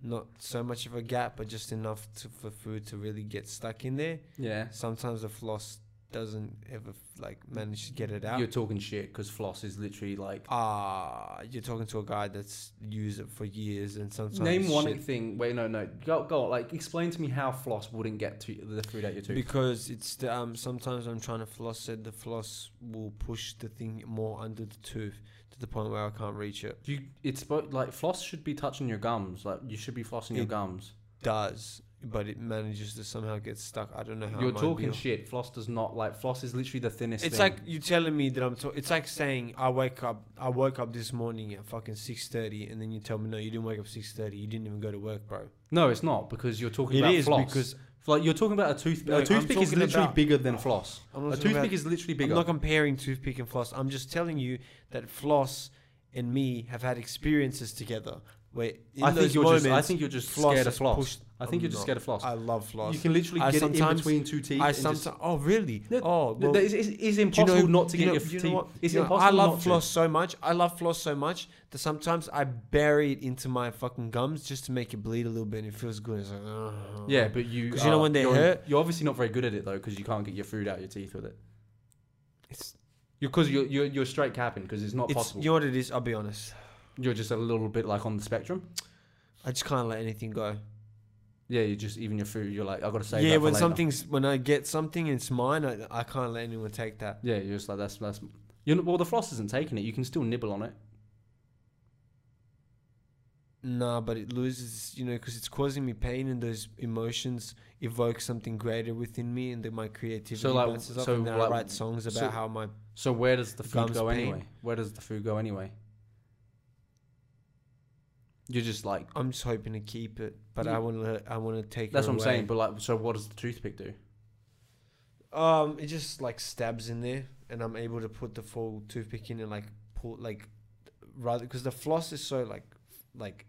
not so much of a gap, but just enough to, for food to really get stuck in there. Yeah. Sometimes the floss doesn't ever like manage to get it out. You're talking shit because floss is literally like. Ah, you're talking to a guy that's used it for years, and sometimes Name one shit- thing. Wait, no, no. Go, go. on, Like, explain to me how floss wouldn't get to the food at your tooth. Because it's the, um sometimes I'm trying to floss it, the floss will push the thing more under the tooth to the point where I can't reach it. you, it's bo- like floss should be touching your gums. Like, you should be flossing your It- gums. Does, but it manages to somehow get stuck. I don't know how. You're my talking deal- shit. Floss does not like. Floss is literally the thinnest. It's thing. like you telling me that I'm. To- it's like saying I wake up. I woke up this morning at fucking six thirty, and then you tell me no, you didn't wake up six thirty. You didn't even go to work, bro. No, it's not because you're talking It about is floss. because like you're talking about a toothpick. No, a I'm toothpick is talking literally about- bigger than floss. I'm A talking about- toothpick is literally I'm bigger. not comparing toothpick and floss. I'm just telling you that floss and me have had experiences together. Where in I think those you're moments, just. I think you're just scared of has floss. pushed- I think I'm you're just not. scared of floss. I love floss. You can literally I get it in sometimes- between two teeth. I and just- sometimes. oh really? No, oh well. Th- it's, it's- it's do you know- impossible not to you get know- your you know teeth. what? It's You know, impossible. I love not floss so much. I love floss so much that sometimes I bury it into my fucking gums just to make it bleed a little bit. and It feels good. It's like, oh. To. Yeah, but you. 'Cause you know are- when they you're, hurt? You're obviously not very good at it though, because you can't get your food out your teeth with it. It's, Because you're, you're you're straight capping because it's not it's possible. you know what it is. I'll be honest. You're just a little bit like on the spectrum. I just can't let anything go. Yeah, you just even your food. You're like, I gotta save. yeah, that for when later." something's when I get something and it's mine, I, I can't let anyone take that. Yeah, you're just like that's that's. You're, well, the floss isn't taking it. You can still nibble on it. Nah, but it loses, you know, because it's causing me pain, and those emotions evoke something greater within me, and then my creativity So, like, bounces off. so, and then I like, write songs about so- how my So where does the food Gums go pain. anyway? Where does the food go anyway? You're just like I'm just hoping to keep it, but Yeah. I want to I want to take. that's it what I'm away. saying. But like, so what does the toothpick do? Um, it just like stabs in there, and I'm able to put the full toothpick in and like pull like rather because the floss is so like like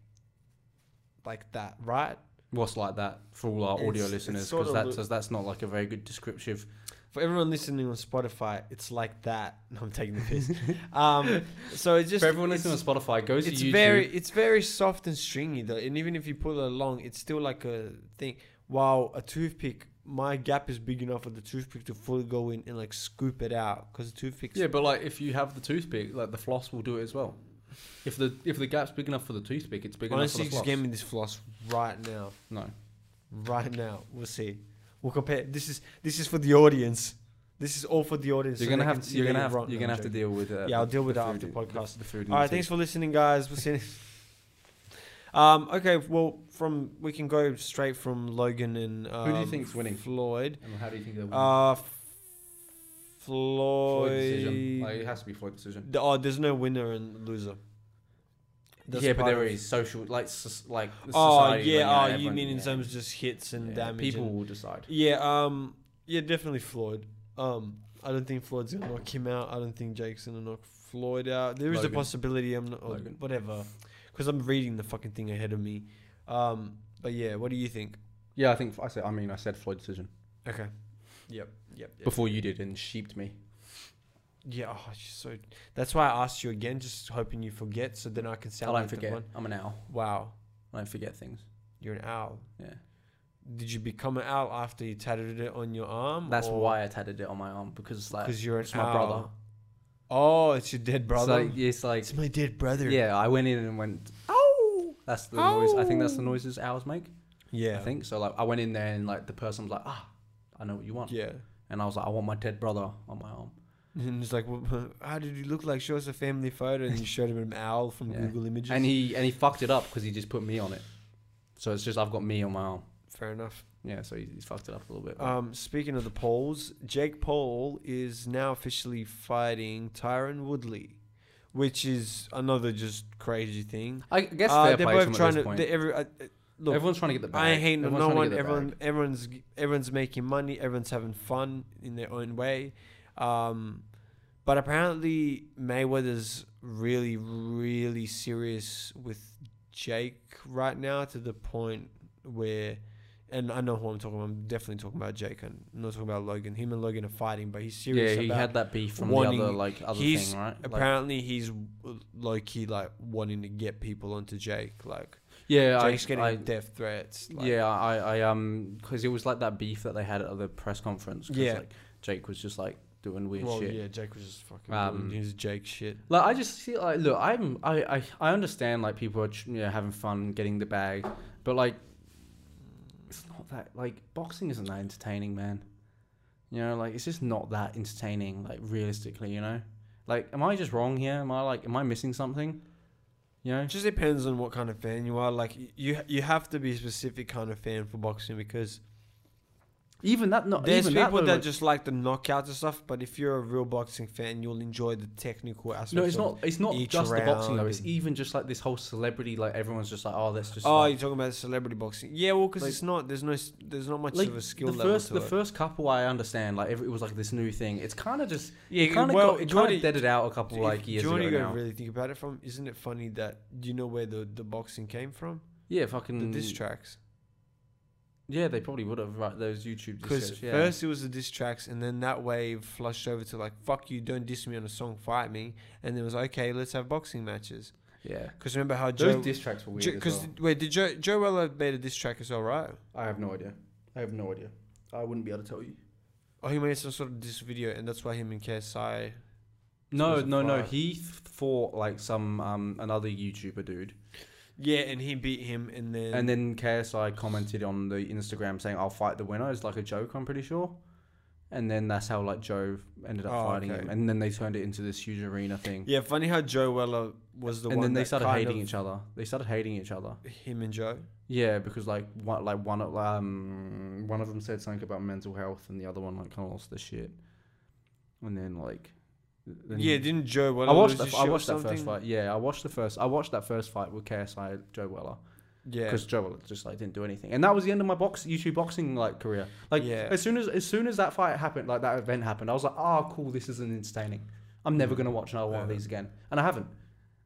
like that, right? What's like that for all our It's- audio it's listeners? sort Because of that's lo- that's not like a very good descriptive. For everyone listening on Spotify, it's like that. No, I'm taking the piss. um, so it just for everyone it's- listening on Spotify, go to it's YouTube. very it's very soft and stringy though and even if you pull it along it's still like a thing while a toothpick my gap is big enough for the toothpick to fully go in and like scoop it out because the toothpick's yeah, but like if you have the toothpick, like the floss will do it as well. If the if the gap's big enough for the toothpick, it's big honestly enough for the just floss. give me this floss right now no, right now we'll see we'll compare this is this is for the audience this is all for the audience you're so gonna they can have to, see you're that gonna have wrong. you're No, I'm gonna have to joking. deal with uh, Yeah, I'll deal with the that food after in- podcast. The, the food. in All the right, teeth. thanks for listening, guys. We'll see. You. Um, okay, well, from we can go straight from Logan and um, Who do you think's winning? Floyd. And how do you think they'll win? Uh, F- Floyd Floyd. decision. Uh, Like, it has to be Floyd decision. The- oh, there's no winner and loser. That's yeah, but part there of- is social, like, soc- like Oh society, yeah, like, oh you everyone- mean in yeah. terms of just hits and Yeah, damage? People and- will decide. yeah, um, yeah, definitely Floyd. Um, I don't think Floyd's gonna knock him out. I don't think Jake's gonna knock Floyd out. There is Logan. a possibility. I'm not or Logan. whatever, because I'm reading the fucking thing ahead of me. Um, but yeah, what do you think? Yeah, I think I said. I mean, I said Floyd decision Okay. Yep. Yep. yep. before you did and sheeped me. Yeah, oh, it's just so that's why I asked you again, just hoping you forget, so then I can sound I like don't the forget. one. I'm an owl. Wow, I don't forget things. you're an owl. Yeah, Did you become an owl after you tattooed it on your arm? that's why I tatted it on my arm because like Oh. because you're an it's my brother. owl. Oh, it's your dead brother. It's like, yeah, it's like it's my dead brother. yeah. I went in and went. Oh. That's the noise. I think that's the noises owls make. Yeah. I think so. Like I went in there and like the person was like, ah, I know what you want, Yeah. and I was like, I want my dead brother on my arm. And it's like, well, how did you look like? Show us a family photo, and you showed him an owl from Yeah. Google Images. and he and he fucked it up because he just put me on it. So it's just I've got me on my arm. Fair enough. Yeah, so he, he's fucked it up a little bit. Um, speaking of the polls, Jake Paul is now officially fighting Tyron Woodley, which is another just crazy thing. I guess Uh, fair they're play both to them at trying this to. point. they- Every, uh, uh, look, Everyone's trying to get the bag. I hate no Everyone's trying to get one. the bag. Everyone, everyone's everyone's making money. Everyone's having fun in their own way. Um, but apparently Mayweather's really, really serious with Jake right now to the point where, and I know who I'm talking. about. I'm definitely talking about Jake. and I'm not talking about Logan. Him and Logan are fighting, but he's serious. Yeah, he about had that beef from the wanting- other like other he's thing, right? Like- Apparently, he's low key like wanting to get people onto Jake. Like yeah, I, Jake's getting I, death threats. Like, yeah, I, I um, because it was like that beef that they had at the press conference. 'cause, Yeah. like Jake was just like doing weird well, shit. yeah, Jake was just fucking. Um, Um, his Jake shit. Like I just see like look, I'm I I, I understand like people are you know, having fun getting the bag, but like it's not that like boxing isn't that entertaining, man. You know, like it's just not that entertaining. Like realistically, you know, like am I just wrong here? Am I like am I missing something? You know, It just depends on what kind of fan you are. Like y- you, you have to be a specific kind of fan for boxing because even that not there's even people though, that, like- just like the knockouts and stuff. But if you're a real boxing fan, you'll enjoy the technical aspect. No, it's not. It's not each just the boxing though. round It's and- even just like this whole celebrity. Like everyone's just like, oh, that's just. Oh, like- you're talking about celebrity boxing? Yeah, well, because Like- it's not. There's no. s- There's not much like, of a skill the level first, to the it. first couple I understand. Like every, it was like this new thing. It's kind of just. yeah, It kind of well, got, it do you kind wanna- of deaded out a couple If- like years do you ago wanna go now. really think about it from? Isn't it funny that do you know where the, the boxing came from? yeah, fucking. The diss tracks. Yeah, they probably would have right those YouTube Because discs. Yeah. first it was the diss tracks, and then that wave flushed over to like "fuck you, don't diss me on a song, fight me," and then it was okay, let's have boxing matches. yeah. Because remember how Those Joe? diss tracks were weird. as Because well. wait, did Joe Joe Weller made a diss track as well, right? I have no idea. I have no idea. I wouldn't be able to tell you. Oh, he made some sort of diss video, and that's why him and KSI. No, was a no, no. fight. He th- fought like some um another YouTuber dude. Yeah, and he beat him, and then And then KSI commented on the Instagram saying, "I'll fight the winner." It's like a joke, I'm pretty sure. And then that's how like Joe ended up Oh, fighting okay. him. And then they turned it into this huge arena thing. yeah, funny how Joe Weller was the and one. then they that started kind hating of- each other. They started hating each other. Him and Joe. Yeah, because like one, like one of um one of them said something about mental health, and the other one like kind of lost their shit. And then like, then yeah, didn't Joe Weller? I watched lose his the, I shit or watched that first something? fight. Yeah, I watched the first I watched that first fight with KSI Joe Weller. Yeah, because Joe Weller just like didn't do anything, and that was the end of my box YouTube boxing like career. Like Yeah. as soon as as soon as that fight happened, like that event happened, I was like, oh cool, this isn't entertaining. I'm never gonna watch another one of Mm. Yeah. these again, and I haven't.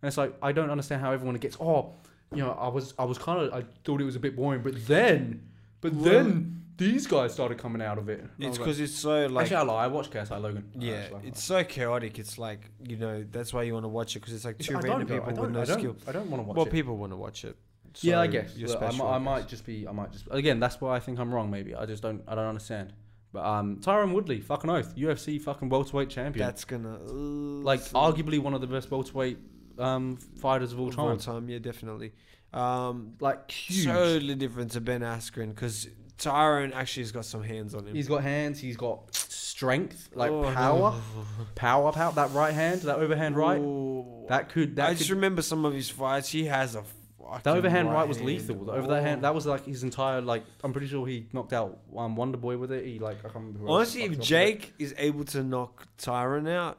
And it's like I don't understand how everyone gets. Oh, you know, I was I was kind of I thought it was a bit boring, but then, but Well- um, then these guys started coming out of it. And I it's was like- because it's so like Oh, actually I lie. I watched KSI Logan. I yeah, actually lie. it's so chaotic. It's like you know that's why you want to watch it because it's like It's- two I random don't, though. I people with don't- no I don't- skill. I don't want to watch Well, it. people want to watch it. yeah, I so guess. you're Look, I, special, might, I guess. might just be. I might just. Again, that's why I think I'm wrong. Maybe I just don't. I don't understand. But um, Tyron Woodley, fucking oath, UFC fucking welterweight champion. That's gonna uh, like arguably one of the best welterweight um fighters of all all time. time. Yeah, definitely. Um, Like huge. totally different to Ben Askren because Tyron actually has got some hands on him. he's got hands. He's got strength. Like Oh, power, no. power, power. That right hand, that overhand right, Ooh. that could I that just could, remember some of his fights. He has a fucking that overhand right, was hand. lethal. The overhand Oh. hand that was like his entire like. I'm pretty sure he knocked out um, Wonder Boy with it. He like I can't remember. who else Honestly, fucked if up with it. Jake is able to knock Tyron out,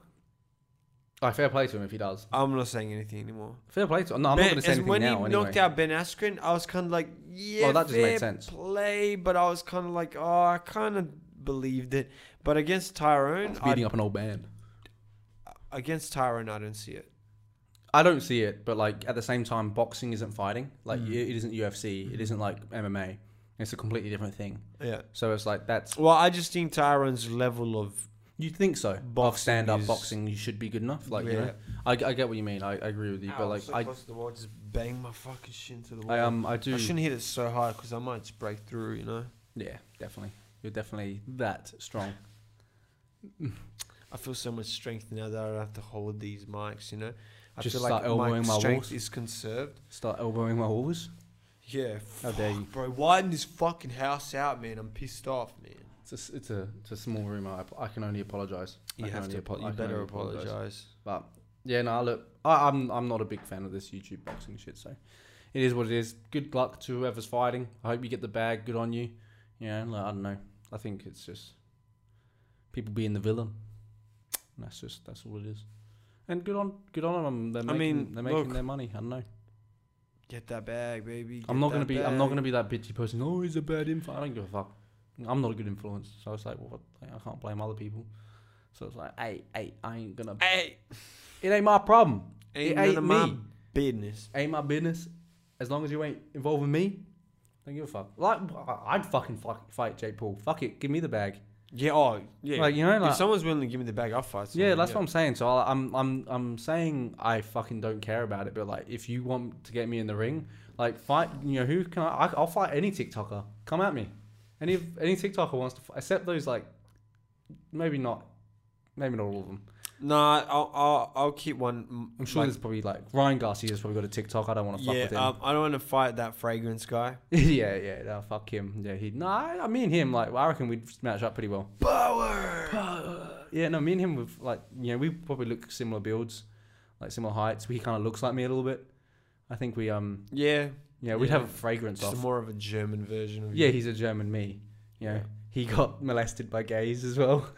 Alright, fair play to him if he does. I'm not saying anything anymore. Fair play to him. No, I'm Ben- not going to say as anything when now. he anyway. knocked out Ben Askren, I was kind of like, yeah, that just fair made sense. play, but I was kind of like, oh, I kind of believed it. But against Tyrone, beating I, up an old man. against Tyrone, I don't see it. I don't see it, but like at the same time, boxing isn't fighting. Like Mm. it it isn't UFC. It Mhm. isn't like MMA. It's a completely different thing. Yeah. So it's like that's Well, I just think Tyrone's level of you'd think so. of Boxing stand up is- boxing, you should be good enough. Like you Yeah. know, I, I get what you mean. I, I agree with you, but like I the wall, just bang my fucking shin into the wall. I um I do I shouldn't hit it so hard because I might just break through. You know, yeah definitely. You're definitely that strong. I feel so much strength now that I don't have to hold these mics. You know, I Just feel start like my elbowing my strength walls. is conserved. Start elbowing my walls. Yeah. How dare fuck, you. Bro, widen this fucking house out, man. I'm pissed off, man. It's a, s- it's a it's a small room. I, I can only apologize. I You can have only to. apo- I you can better only apologize. But yeah, no, look, I, I'm I'm not a big fan of this YouTube boxing shit. So it is what it is. Good luck to whoever's fighting. I hope you get the bag. Good on you. You know, like, I don't know. I think it's just people being the villain. And that's just that's all it is. And good on good on them. They're I making, mean, they're making look. their money. I don't know. Get that bag, baby. I'm not gonna be. I'm not gonna be that bitchy person. Oh, he's a bad influence. I don't give a fuck. I'm not a good influence. So it's like, well, what? Like, I can't blame other people. So it's like, hey, hey, I ain't gonna. Hey, It ain't my problem. ain't It none ain't of my me. business. Ain't my business. As long as you ain't involving me, don't give a fuck. Like, I- I'd fucking fuck, fight Jake Paul. Fuck it, give me the bag. Yeah. Oh, yeah. Like you know, like if someone's willing to give me the bag, I'll fight. Someone. yeah, that's what I'm saying. So I- I'm I'm I'm saying I fucking don't care about it. But like, if you want to get me in the ring, like fight. You know who can I? I I'll fight any TikToker. Come at me. Any any TikToker wants to, fight, except those like, maybe not, maybe not all of them. Nah, I'll I'll, I'll keep one. I'm sure like, there's probably like Ryan Garcia's probably got a TikTok. I don't want to fuck yeah, with him. um, I don't want to fight that fragrance guy. yeah, yeah, no, fuck him. Yeah, he. No, I, I- me and him, like, I reckon we'd match up pretty well. Power. Yeah, no, me and him with like, you know, we probably look similar builds, like similar heights. He kind of looks like me a little bit. I think we, um, Yeah, yeah, we'd Yeah. have a fragrance just off. more of a German version of Yeah, you. he's a German me. You know, Yeah. he got molested by gays as well.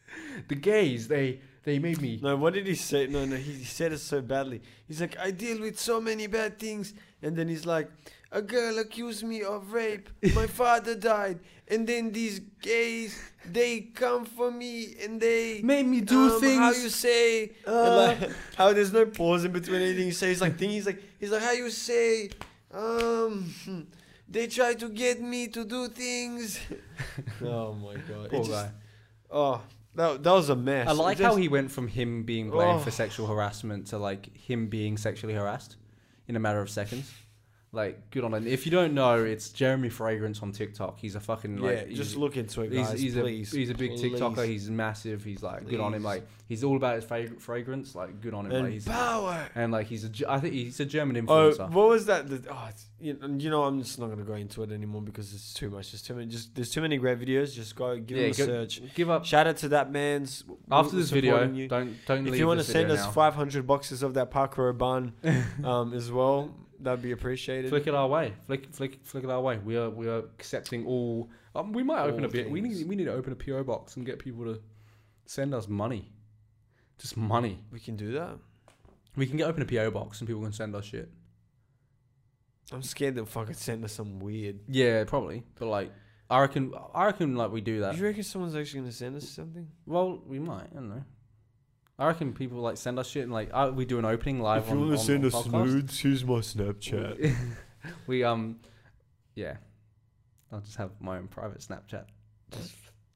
the gays, they they made me. No, what did he say? No, no, he, he said it so badly. He's like, I deal with so many bad things, and then he's like, a girl accused me of rape. My father died, and then these gays, they come for me, and they Made me do um, things. How you say? Uh. and like, how there's no pause in between anything you say. He's like thinking. He's like he's like how you say? Um, they try to get me to do things. oh my god! It Poor just- guy. Oh, that that was a mess. I It like just- how he went from him being blamed Oh. for sexual harassment to like him being sexually harassed in a matter of seconds. Like, good on him. If you don't know, it's Jeremy Fragrance on TikTok. He's a fucking like. yeah, just he's- look into it, He's, guys. he's please. a he's a big please. TikToker. He's massive. He's like good on him. Please. Like he's all about his fra- fragrance. Like good on him. and like, he's, power. and like he's a Ge- I think he's a German Oh, influencer. what was that? The- Oh, it's- you know- you know, I'm just not gonna go into it anymore because it's too much. There's too many. Just there's too many great videos. Just go give Yeah, them a go- search. Give up Shout out to that man's. after this video. supporting you. Don't don't leave if you want to this video send us now. 500 boxes of that Parker bun um, as well, that'd be appreciated. Flick it our way. Flick, flick, flick it our way. We are, we are accepting all. Um, we might open All a bit. We things. need, we need to open a PO box and get people to send us money. Just money. We can do that. We can get open a PO box and people can send us shit. I'm scared they'll fucking send us some weird. Yeah, probably. But like, I reckon, I reckon like we do that. you reckon someone's actually gonna send us something? Well, we might. I don't know. I reckon people like send us shit and like uh, we do an opening live. on- wanna on the podcast. here's my we um, yeah. I'll just have my own private Snapchat.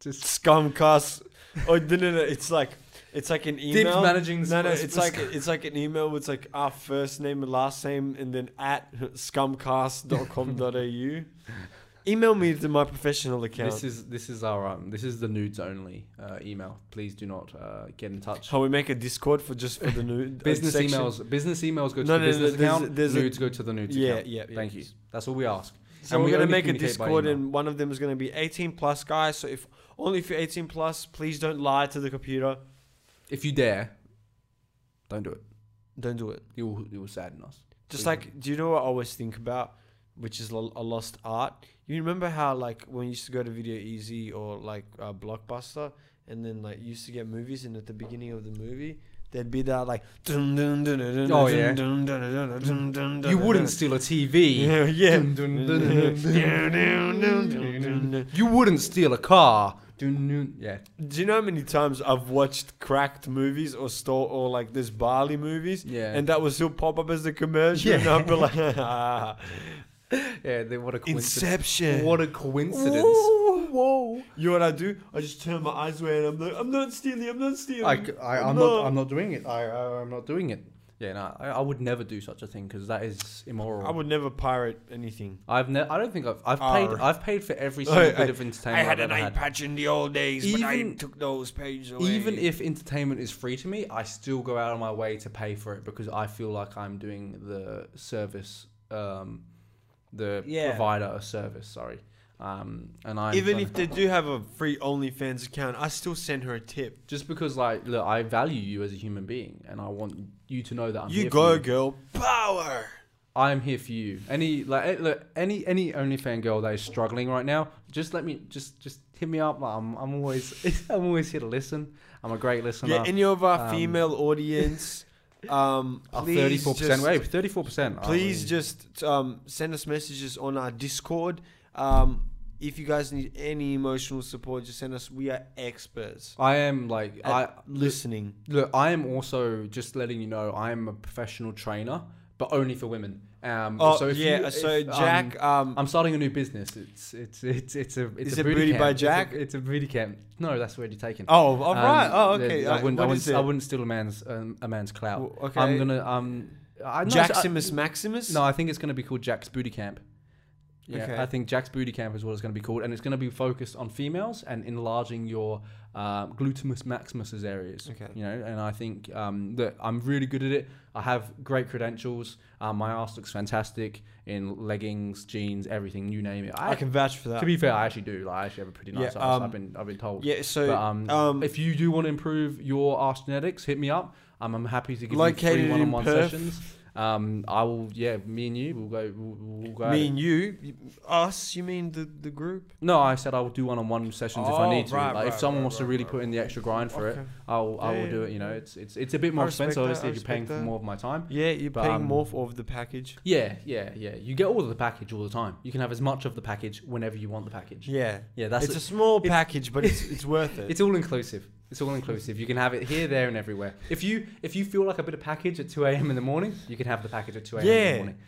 Just, just Scumcast. Oh no no no! It's like it's like an Dibs email. managing the no no, sp- it's sp- like it's like an email. It's like our first name and last name, and then at scumcast.com.au. email me to my professional account. This is this is our um this is the nudes only uh, email. Please do not uh, get in touch. Uh, How Oh, we make a Discord for just for the nude business section. emails business emails go to No, the no, no, business there's- account. there's a- nudes go to the nudes Yeah, account. yeah, yeah. Thank you. That's all we ask. So And we're we gonna only make a communicate by Discord, email. and one of them is gonna be 18 plus guys. So if only if you're 18 plus, please don't lie to the computer. If you dare, don't do it. Don't do it. You will you will sadden us. Just Please like, do you know what I always think about, which is lo- a lost art? You remember how like when you used to go to Video Easy or like uh, Blockbuster, and then like you used to get movies, and at the beginning of the movie. There'd be that like, dun, dun, dun, dun, dun, Oh, dun, yeah. dun, dun, dun, dun, dun, dun, dun, You dun, wouldn't dun. steal a TV. Yeah, yeah. Dun, dun, dun, dun, dun, dun, dun, dun, dun, dun. You wouldn't steal a car. Dun, dun. Yeah. Do you know how many times I've watched cracked movies or store or like this Bali movies? Yeah. And that will still pop up as the commercial. Yeah. And I'll be like, ah, Yeah. They, what a coincidence. Inception. What a coincidence. Ooh, whoa. You know what I do? I just turn my eyes away and I'm like, I'm not stealing, I'm not stealing. I, am not. I'm not doing it. I, I, am not doing it. Yeah, no, I, I would never do such a thing because that is immoral. I would never pirate anything. I've ne- I don't think I've. I've paid. Arr. I've paid for every single I- bit of entertainment. I have ever had. patch in the old days, Even- took those pages Even if entertainment is free to me, I still go out of my way to pay for it because I feel like I'm doing the service, um, the Yeah. provider a service. Sorry, um, and I even if they do have a free OnlyFans account, I still send her a tip. just because like look, I value you as a human being, and I want you to know that I'm You here for go, girl. Power. I'm here for you. Any like eh, look, any any OnlyFan girl that is struggling right now, just let me just just hit me up. I'm I'm always I'm always here to listen. I'm a great listener. Yeah, any of our um, female audience, um, Thirty please four percent. just- Wait, thirty four percent. Please just um, send us messages on our Discord. Um, if you guys need any emotional support, just send us. We are experts I am like at I listening. Look, I am also just letting you know I am a professional trainer, but only for women. Um, Oh so if yeah, you- so if, um, Jack, um, I'm starting a new business. It's it's it's it's a it's Is a it booty, Booty camp. by It's a- Jack? It's a, booty camp. No, that's already taken. oh, all Um, right. Oh, yeah, okay. I wouldn't I What wouldn't, is it? I wouldn't steal a man's um, a man's clout. Well, okay. I'm gonna um. I, no, it's- I- Jaximus Maximus. No, I think it's gonna be called Jack's Booty Camp. Yeah, Okay. I think Jack's Booty Camp is what it's going to be called, and it's going to be focused on females and enlarging your uh, glutamus maximus's areas Okay. you know and i think um, that i'm really good at it i have great credentials um, my ass looks fantastic in leggings jeans everything you name it i, I can vouch for that. to be fair i actually do like i actually have a pretty nice Yeah, ass um, i've been i've been told yeah. So but, um, um, if you do want to improve your ass genetics hit me up um, i'm happy to give Located you free in one-on-one Perth. sessions um, i will yeah me and you we'll go we'll, we'll go at me it. and you, you- us. You mean the the group? no i said i will do one-on-one sessions if Oh, i need to right, like if right, someone right, wants to right, really right, put in the extra grind for it Okay. I'll, I Yeah, will yeah, do it. You know, yeah. it's it's it's a bit more I respect expensive, that, obviously, I if you're paying respect for that. more of my time. Yeah, you're But, paying um, more for of the package. Yeah, yeah, yeah. You get all of the package all the time. You can have as much of the package whenever you want the package. Yeah, Yeah, that's it's it's, a small it's- package, but it's it's worth it. it's all inclusive. It's all inclusive. You can have it here, there, and everywhere. If you if you feel like a bit of package at two a.m. in the morning, you can have the package at two a.m. in Yeah. the morning.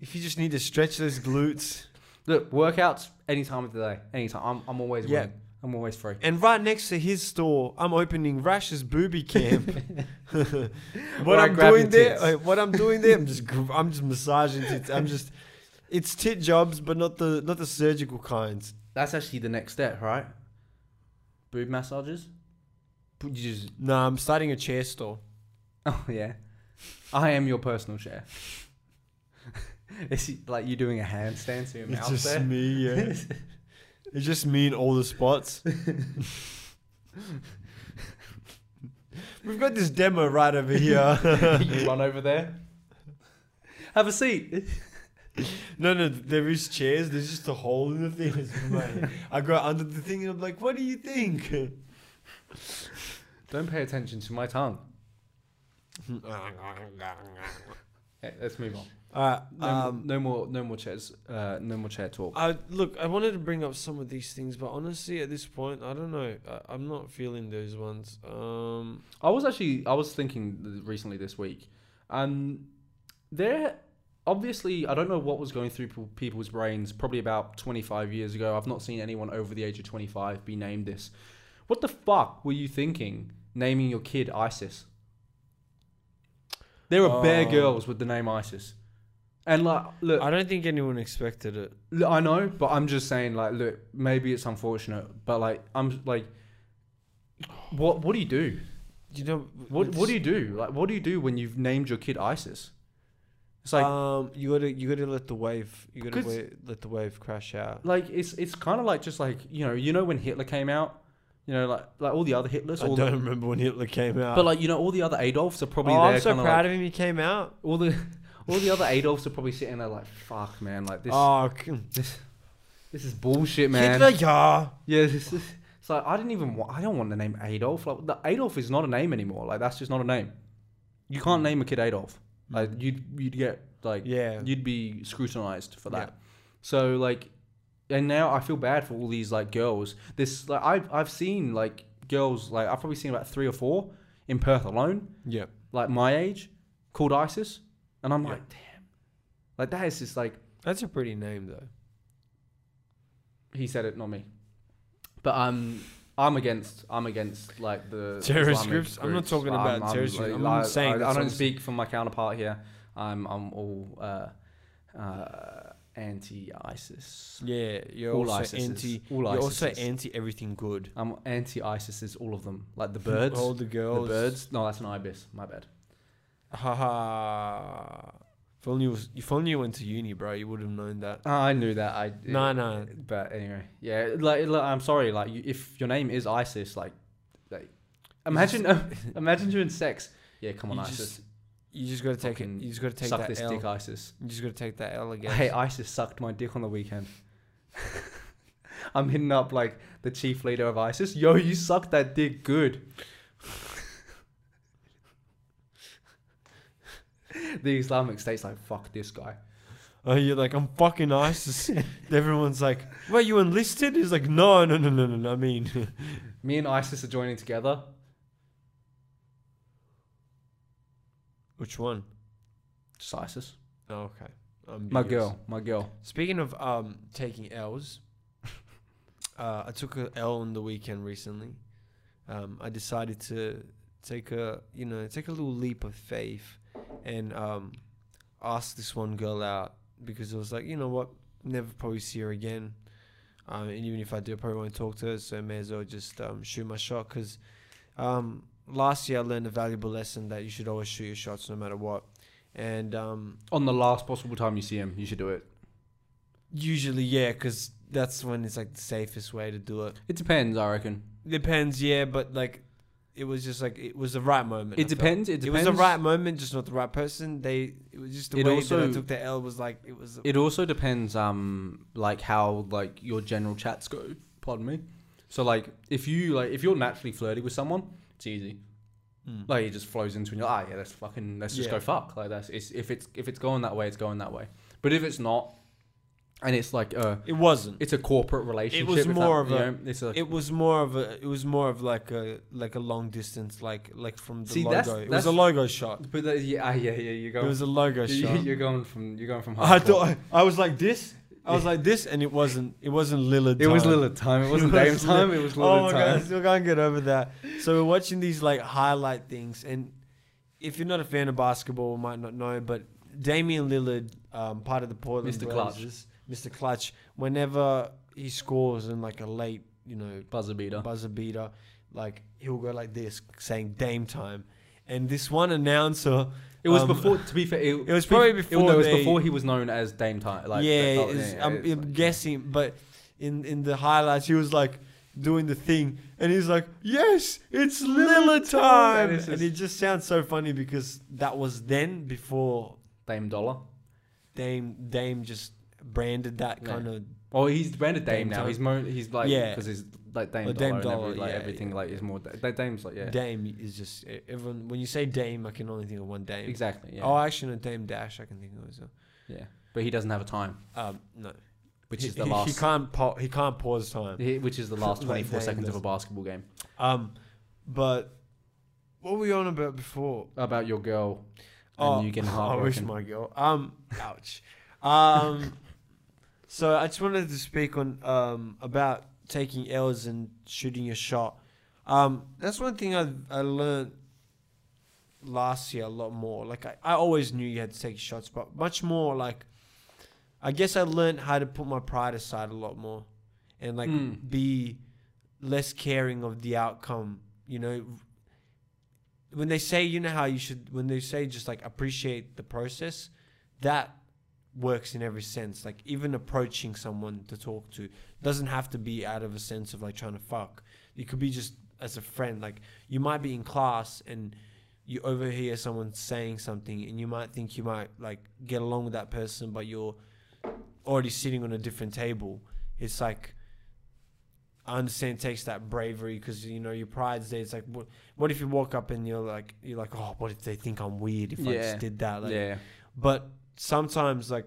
if you just need to stretch those glutes. Look, workouts any time of the day, anytime. I'm I'm always Yeah. willing. I'm always free. And right next to his store, I'm opening Rash's Booby Camp. what Where I I'm grab doing your there, tits. uh, what I'm doing there, I'm just gr- I'm just massaging tits. I'm just it's tit jobs, but not the not the surgical kinds. That's actually the next step, right? Boob massages. You just Nah, I'm starting a chair store. Oh yeah, I am your personal chef. it's like you doing a handstand to your It's mouth just there. me, yeah. it's just me in all the spots. We've got this demo right over here. you run over there. Have a seat. No, no, there is chairs. There's just a hole in the thing. It's mine. I go under the thing and I'm like, what do you think? Don't pay attention to my tongue. Okay, Eh, let's move on. Alright, No, um, no more, no more chairs. Uh, no more chair talk. I look. I wanted to bring up some of these things, but honestly, at this point, I don't know. I, I'm not feeling those ones. Um, I was actually, I was thinking th- recently this week. Um, there, obviously, I don't know what was going through pe- people's brains probably about 25 years ago. I've not seen anyone over the age of 25 be named this. What the fuck were you thinking naming your kid ISIS? There are bare Oh. girls with the name ISIS. And like, look, I don't think anyone expected it. Look, I know, but I'm just saying, like, look, maybe it's unfortunate, but like, I'm like, what what do you do? You know What what do you do? Like, what do you do when you've named your kid ISIS? It's like, um, you gotta you gotta let the wave. You gotta Because- wait, let the wave crash out. like it's it's kind of like just like you know you know when Hitler came out, you know like like all the other Hitlers, I all don't the, remember when Hitler came out. but like you know all the other Adolfs are probably oh, there. I'm so kinda proud like, of him. He came out. all the all the other Adolfs are probably sitting there like, fuck, man, like this oh, c- this this is bullshit, man. Hitler, yeah. Yeah, this is, it's like I didn't even want. I don't want the name Adolf. Like the Adolf is not a name anymore. Like that's just not a name. You can't name a kid Adolf. Like you'd you'd get like Hmm. Yeah. you'd be scrutinized for that. Yeah. So like, and now I feel bad for all these like girls. This like I've I've seen like girls like I've probably seen about three or four in Perth alone, Yeah. like my age, called ISIS, and I'm Yeah. like, damn, like that is just like That's a pretty name though. he said it, not me. But um, I'm against. I'm against like the Terrorist Islamic groups? I'm not groups. talking about terrorist groups. I'm not saying I, I that's don't what- speak for my counterpart here. I'm I'm all uh, uh, anti-ISIS. Yeah, you're all also ISIS. anti. all You're ISIS. also anti everything good. I'm anti-ISIS. All of them, like the birds. All the the girls. birds. No, that's an ibis. My bad. Haha. if only you, was, if only you went to uni, bro, you would have known that. I knew that. I No, no. But anyway, yeah. Like, like, I'm sorry. Like, you, if your name is ISIS, like, like imagine, imagine doing sex. Yeah, come on, You ISIS. just- You just gotta take it. Fucking You just gotta take Suck that this L. dick, ISIS. You just gotta take that L again. Hey, ISIS sucked my dick on the weekend. I'm hitting up like the chief leader of ISIS. Yo, you sucked that dick good. the Islamic State's like, fuck this guy. Oh, you're like, I'm fucking ISIS. Everyone's like, were you enlisted? He's like, no, no, no, no, no, no. I mean, Me and ISIS are joining together. which one? Just ISIS. Oh, okay. I'm My curious. girl, my girl. Speaking of um taking L's, uh, I took a L on the weekend recently. Um, I decided to take a you know take a little leap of faith and um ask this one girl out because I was like you know what never probably see her again. Um, and even if I do, I probably won't talk to her, so I may as well just um, shoot my shot. Because um, last year I learned a valuable lesson that you should always shoot your shots no matter what. And um, On the last possible time you see him, you should do it. Usually, yeah, because that's when it's like the safest way to do it. It depends, I reckon. Depends, yeah, but like, it was just like it was the right moment. It I felt. depends. It depends. It was the right moment, just not the right person. They, it was just the It way that also- I took the L was like it was. It also depends, um, like how like your general chats go. Pardon me. So like, if you like, if you're naturally flirty with someone, it's easy. Mm. Like it just flows into and you're like, ah, yeah, let's fucking let's just Yeah. go fuck. Like that's it's, if it's if it's going that way, it's going that way. But if it's not, and it's like uh, it wasn't. it's a corporate relationship. was if that- more of you a- know, it's a. It was more of a. It was more of like a like a long distance, like like from the See, logo. that's- it was that's- a logo shot. but that, yeah, ah, yeah, yeah, you It go. was a logo You, shot. you're going from you're going from. I hardcore. thought I was like this. I was Yeah. like this, and it wasn't. It wasn't Lillard. It was time. Lilith time. It wasn't was Dame Lilith. time. It was Lilith Oh my god, I time. still can't get over that. So we're watching these like highlight things, and if you're not a fan of basketball, you might not know, but Damian Lillard, um, part of the Portland Mr. Clutch. Blazers, Mr. Clutch, whenever he scores in like a late, you know, Buzzer beater. buzzer beater, like he'll go like this, saying Dame time, and this one announcer, It was um, before. To be fair, it, it was bef- probably it- before no, it was they- before he was known as Dame Time. Like, yeah, that- um, that- it's- yeah, I'm, it's I'm like- guessing, but in in the highlights, he was like doing the thing, and he's like, "Yes, it's Lillard time," And it's and it just sounds so funny because that was then before Dame Dollar. Dame Dame just branded that Yeah. kind of Oh, he's branded Dame, Dame now. Time. He's more. He's like Yeah. because he's like Dame Oh, Dollar. Dame and Dollar, every- like yeah, everything yeah. like is more. Da- Dame's like yeah. Dame is just e, everyone. When you say Dame, I can only think of one Dame. Exactly. Yeah. Oh, actually, no Dame Dash. I can think of as well. yeah. But he doesn't have a time, Um, no, which He- is the he- He last. can't. Pa- he can't pause time. he- Which is the last Like, 24 Dame seconds of a doesn't. basketball game. Um, but what were we on about before? About your girl Oh, and you getting I wish heartbroken. my girl. Um, ouch. Um, so I just wanted to speak on um about taking L's and shooting your shot. Um, that's one thing I I learned last year a lot more. Like I, I always knew you had to take shots, but much more like I guess I learned how to put my pride aside a lot more and like Mm. be less caring of the outcome. You know, when they say you know how you should when they say just like appreciate the process, that works in every sense. Like even approaching someone to talk to doesn't have to be out of a sense of like trying to fuck. It could be just as a friend. Like you might be in class and you overhear someone saying something and you might think you might like get along with that person but you're already sitting on a different table. It's like I understand it takes that bravery because you know your pride's there. It's like what, what if you walk up and you're like you're like oh what if they think I'm weird if I Yeah. just did that like yeah. but sometimes like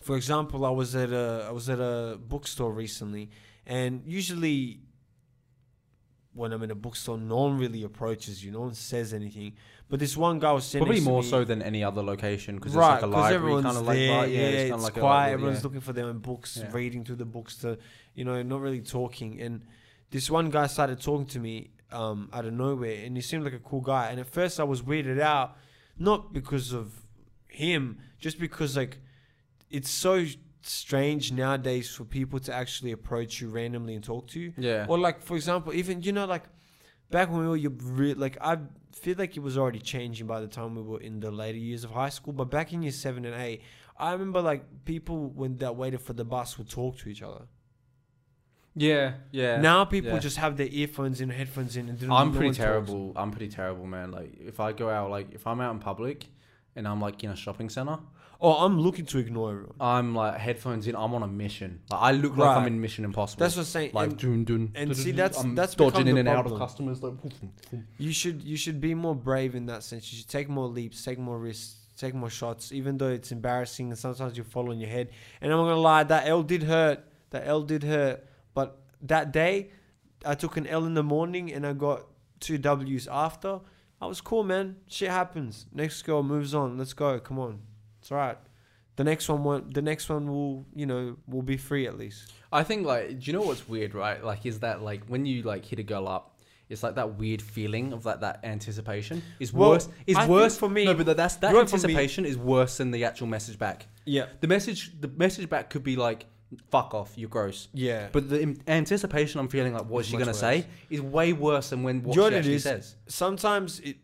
for example i was at a i was at a bookstore recently and usually when i'm in a bookstore no one really approaches you no one says anything but this one guy was sitting Probably next to more me- so than any other location because right it's like a 'cause library everyone's kind of like there, right, yeah, it's, it's, kind of like quiet a library, everyone's yeah. looking for their own books Yeah. reading through the books to you know not really talking and this one guy started talking to me um, out of nowhere and he seemed like a cool guy and at first i was weirded out not because of him just because like it's so strange nowadays for people to actually approach you randomly and talk to you Yeah. or like for example, even you know like back when we were you re- like I feel like it was already changing by the time we were in the later years of high school. But back in year seven and eight, I remember like people when they waited for the bus would talk to each other. Yeah. Yeah. now people yeah. just have their earphones in, headphones in, and they don't- I'm no pretty one talks. terrible. I'm pretty terrible, man. Like if I go out, like if I'm out in public and I'm like in a shopping center, Oh, I'm looking to ignore everyone. I'm like headphones in. I'm on a mission. Like, I look like I'm Right. in Mission Impossible. That's what I'm saying. like and dun, dun, and dun, see, dun, that's- I'm that's dodging become in the and out of problem. customers. Like, you should you should be more brave in that sense. You should take more leaps, take more risks, take more shots, even though it's embarrassing and sometimes you fall on your head. And I'm not gonna lie, that L did hurt. That L did hurt. But that day, I took an L in the morning and I got two W's after. I was cool, man. Shit happens. Next girl moves on. Let's go. Come on. It's alright. The next one won't. The next one will, you know, will be free at least. I think like do you know what's weird, right? Like is that like when you like hit a girl up, it's like that weird feeling of like that anticipation is Well, worse. Is I think worse for me- No, but that- that's that you know what, for me- anticipation is worse than the actual message back. Yeah. The message the message back could be like, "Fuck off, you're gross." Yeah. But the im- anticipation I'm feeling like what's It's she much gonna worse. say is way worse than when what You know what she actually it is? says. sometimes it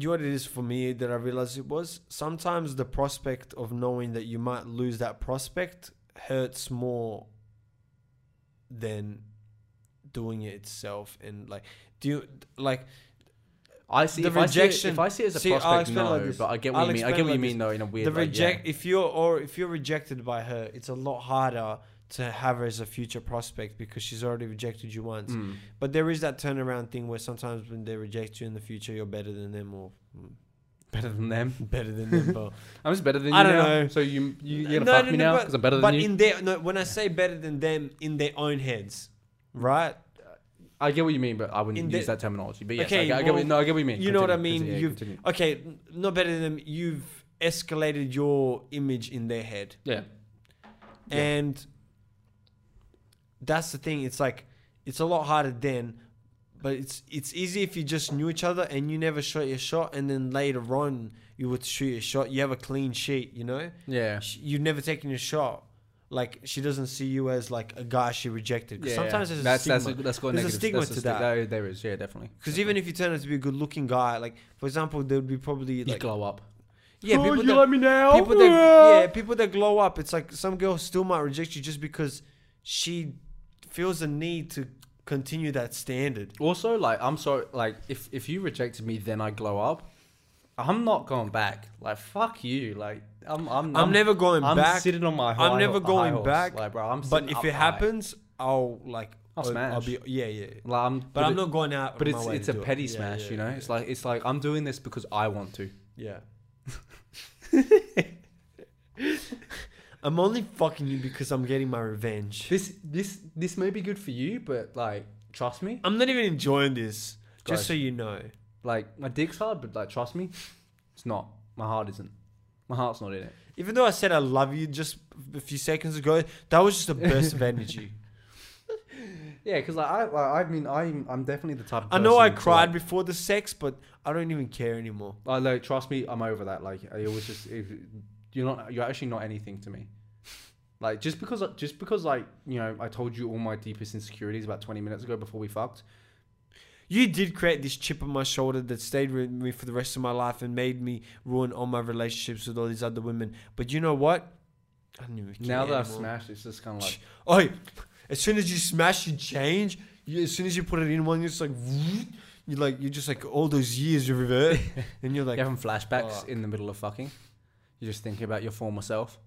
you know what it is for me that I realized it was sometimes the prospect of knowing that you might lose that prospect hurts more than doing it itself and like do you like I see The if rejection. rejection- if I see it as a See, I'll prospect, explain no. like this. but I get what I'll you mean. I get explain what you like mean, though. In a weird the like, yeah. reject if you're or if you're rejected by her it's a lot harder to have her as a future prospect because she's already rejected you once Mm. but there is that turnaround thing where sometimes when they reject you in the future you're better than them or mm, Better than them. better than them but I'm just better than you I don't now. know. So you you you're gonna No, fuck no, me no, now but- because I'm better but than you. in their no, when I say better than them, in their own heads, right? I get what you mean, but I wouldn't in the- use that terminology. But yes, I Okay, get, I get what, well, no, I get what you mean. you know what I Continue, continue, mean, you've- continue. Okay, n- not better than them. You've escalated your image in their head, yeah, Yeah. and that's the thing. It's like it's a lot harder then, but it's it's easy if you just knew each other and you never shot your shot, and then later on you would shoot your shot. You have a clean sheet, you know. yeah. Sh you've never taken a shot. Like she doesn't see you as like a guy she rejected. 'Cause yeah. sometimes there's a that's, stigma. That's, that's got There's a negative- stigma that's to sti- that. there is, yeah, definitely. Because even if you turn out to be a good-looking guy, like for example, there would be probably you like glow up, yeah, Oh, people you that, like me now. people that Oh, yeah, people that glow up. It's like some girls still might reject you just because she feels the need to continue that standard. Also, like, I'm sorry. Like, if if you rejected me, then I glow up. I'm not going back. Like, fuck you. Like, I'm I'm I'm, never going I'm back, sitting on my. I'm high- never high going horse. back, Like, bro, I'm. but sitting if up it high. happens, I'll like I'll smash. be, yeah, yeah. like, I'm, But I'm not going out. But of my it's way it's to a do it. petty Yeah, smash, yeah, you know. It's like it's like I'm doing this because I want to. yeah. I'm only fucking you because I'm getting my revenge. This this this may be good for you, but like trust me, I'm not even enjoying this. Guys. Just so you know. like my dick's hard, but like trust me, it's not. My heart isn't. My heart's not in it. Even though I said I love you just a few seconds ago, that was just a burst of energy. Yeah, because like I like, I mean I'm I'm definitely the type. Of I know I person to, cried Like, before the sex, but I don't even care anymore. like, like, trust me, I'm over that. Like I always just if, you're not you're actually not anything to me. Like just because just because like you know I told you all my deepest insecurities about 20 minutes ago before we fucked. You did create this chip on my shoulder that stayed with me for the rest of my life and made me ruin all my relationships with all these other women. But you know what? I don't even care. now that I've anymore. smashed, it's just kind of like Oh, as soon as you smash, you change. You, as soon as you put it in one, you're just like, you like, you're just like all those years you revert, and you're like, you're having flashbacks fuck. in the middle of fucking. You're just thinking about your former self,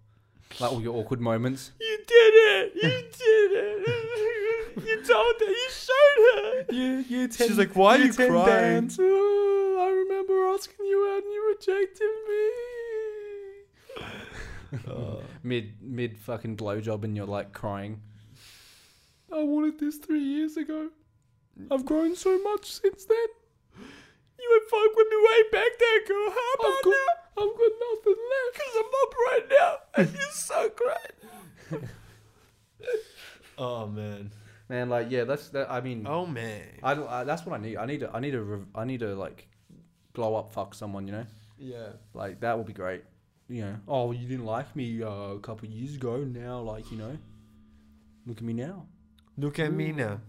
like all your awkward moments. You did it! You did it! you told her. You showed her. You, you She's like, "Why are you ten crying?" dance. Oh, I remember asking you out and you rejected me. Oh, mid mid fucking blowjob and you're like crying. I wanted this three years ago. I've grown so much since then. you would fuck with me way back there, girl. How about I've got, now? I've got nothing left. Because I'm up right now, and you're so great. oh man. Man, like yeah, that's that. I mean, Oh man. I, don't- I that's what I need. I need to, I need to rev- I need to like blow up fuck someone. You know. Yeah. Like that would be great. You know, oh, you didn't like me uh, a couple of years ago. Now, like you know, look at me now. Look at me now.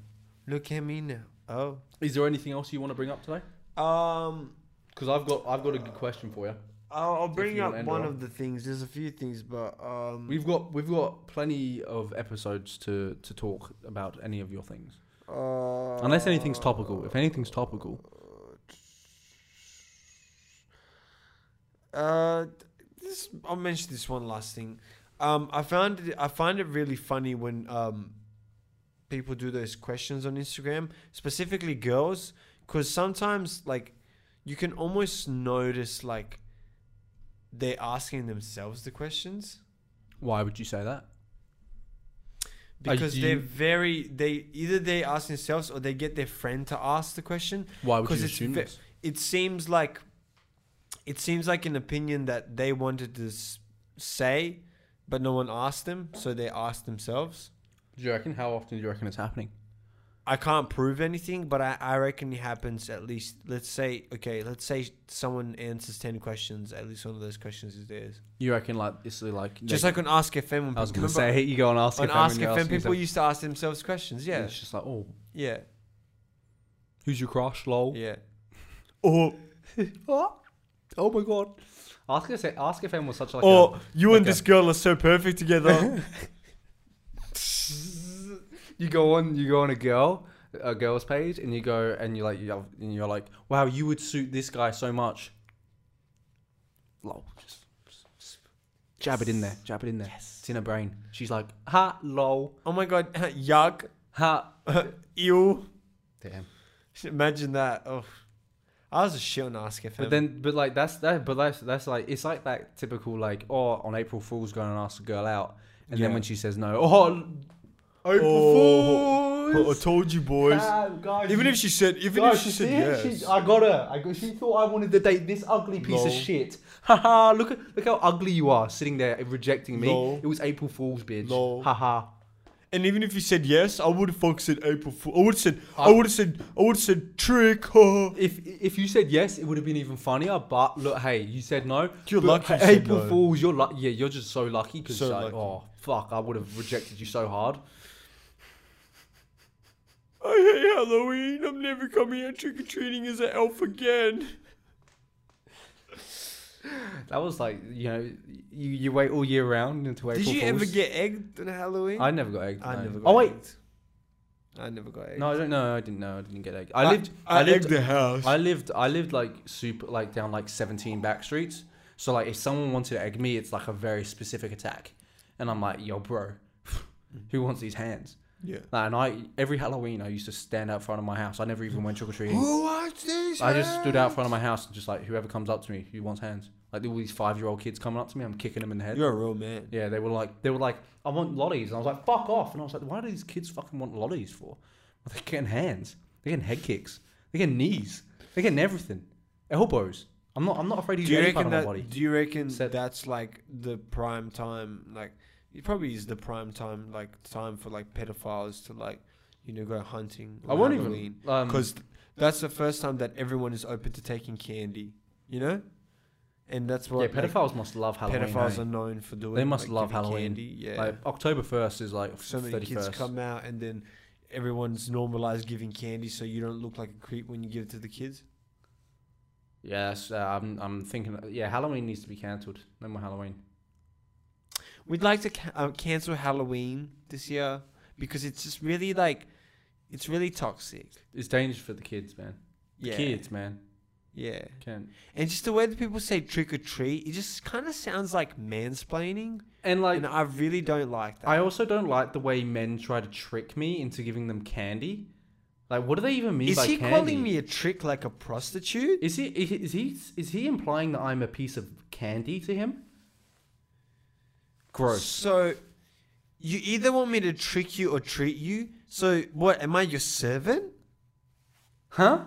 Look at me now. Oh. Is there anything else you want to bring up today? Um. Because I've got I've got a good question for you. I'll, I'll bring you wanna up end one it of the things. There's a few things, but um. We've got we've got plenty of episodes to to talk about any of your things. uh, Unless anything's topical. If anything's topical, Uh, this I'll mention this one last thing. Um, I found it, I find it really funny when um, people do those questions on Instagram, specifically girls, because sometimes like you can almost notice like they're asking themselves the questions Why would you say that? Are because you- they're very they either they ask themselves or they get their friend to ask the question. Why would 'Cause you it's assume ve- this? It seems like it seems like an opinion that they wanted to s- say, but no one asked them, so they asked themselves. Do you reckon? How often do you reckon it's happening? I can't prove anything, but I, I reckon it happens at least. Let's say okay, let's say someone answers ten questions. At least one of those questions is theirs. You reckon like it's like Just like on Ask FM, when I was people- gonna say you go and ask on if Ask anyone FM, else people needs them. used to ask themselves questions. And Yeah, It's just like oh, yeah, who's your crush? Lol. yeah. Oh, oh, oh my god. Ask if Ask FM was such like or you like and this girl are so perfect together. you go on you go on a girl a girl's page and you go and you like you have, and you're like wow you would suit this guy so much. Lol. Just, just- just jab it in there. Jab it in there. It's in her brain. She's like ha lol oh my god, yuck, ha. ew. Damn. Imagine that. Oh, I was a shit on Ask FM. But then, but like that's that, but that's that's like it's like that typical like oh on April Fool's going and ask a girl out, and then Yeah. when she says no, oh April Oh, Fool's, told you, boys. Damn, guys, even you- if she said, even guys, if she you said see it? yes, She- I got her. I got, she thought I wanted to date this ugly piece Lol. of shit. Haha, look at look how ugly you are sitting there rejecting me. Lol. It was April Fool's, bitch. Lol. Haha. and even if you said yes, I would have fucking said April Fool. I would have said, I, I- would have said, I would have said trick. huh. If if you said yes, it would have been even funnier. But look, hey, you said no. You're But lucky you hey, said April no. Fools, you're lucky. Yeah, you're just so lucky because So like, lucky. oh fuck, I would have rejected you so hard. I hate Halloween. I'm never coming out trick or treating as an elf again. That was like you know you, you wait all year round until April. Did you Fools. ever get egged on Halloween? I never got egged. I no. never got Oh wait, egged. I never got egged. no, I don't know. I didn't know. I didn't get egged. I lived. I, I, lived. egged the house. I lived. I lived like super, like down like seventeen back streets. So like, if someone wanted to egg me, it's like a very specific attack, and I'm like, yo, bro, who wants these hands? yeah. Like, and I every Halloween I used to stand out front of my house. I never even went trick or treating. Who wants these? I just stood out front of my house and just like whoever comes up to me, who wants hands? Like all these five year old kids coming up to me, I'm kicking them in the head. You're a real man. Yeah, they were like, they were like, I want lollies, and I was like, fuck off, and I was like, why do these kids fucking want lollies for? Well, they're getting hands, they're getting head kicks, they're getting knees, they're getting everything, elbows. I'm not, I'm not afraid to use do you any reckon part of my that? body. Do you reckon Except- that's like the prime time? Like, it probably is the prime time, like time for like pedophiles to like, you know, go hunting. I won't even. Um, because that's the first time that everyone is open to taking candy. You know, and that's yeah, what like, pedophiles must love Halloween. pedophiles hey? are known for doing. They must like, love giving Halloween. Candy. Yeah, Like October first is like so many 31st. kids come out and then. Everyone's normalized giving candy, so you don't look like a creep when you give it to the kids. Yes, uh, I'm. I'm thinking. Yeah, Halloween needs to be cancelled. No more Halloween. We'd like to ca- uh, cancel Halloween this year because it's just really like, it's really toxic. It's dangerous for the kids, man. The Yeah. Kids, man. Yeah. Can And just the way that people say trick or treat, it just kind of sounds like mansplaining. and like and I really don't like that. I also don't like the way men try to trick me into giving them candy. Like, what do they even mean is by he candy? calling me a trick like a prostitute? Is he is he is he implying that I'm a piece of candy to him? Gross. So, you either want me to trick you or treat you. So, what? Am I your servant? Huh?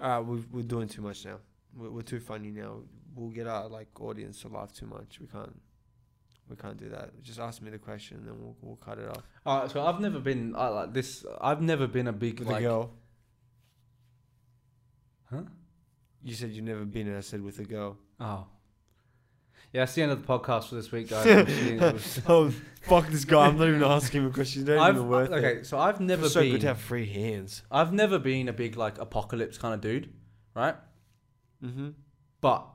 All right, we're, we're doing too much now. We're, we're too funny now. We'll get our like audience to laugh too much. We can't. We can't do that. Just ask me the question, and then we'll, we'll cut it off. Alright, Uh, so I've never been I like this. I've never been a big With like. a girl, Huh? you said you've never been, and I said with a girl. Oh. Yeah, that's the end of the podcast for this week, guys. We'll see you- oh, fuck this guy! I'm not even asking him a question. Don't I've, even worth okay, it. so I've never It's so been. good to have free hands. I've never been a big like apocalypse kind of dude, right? Mm-hmm. But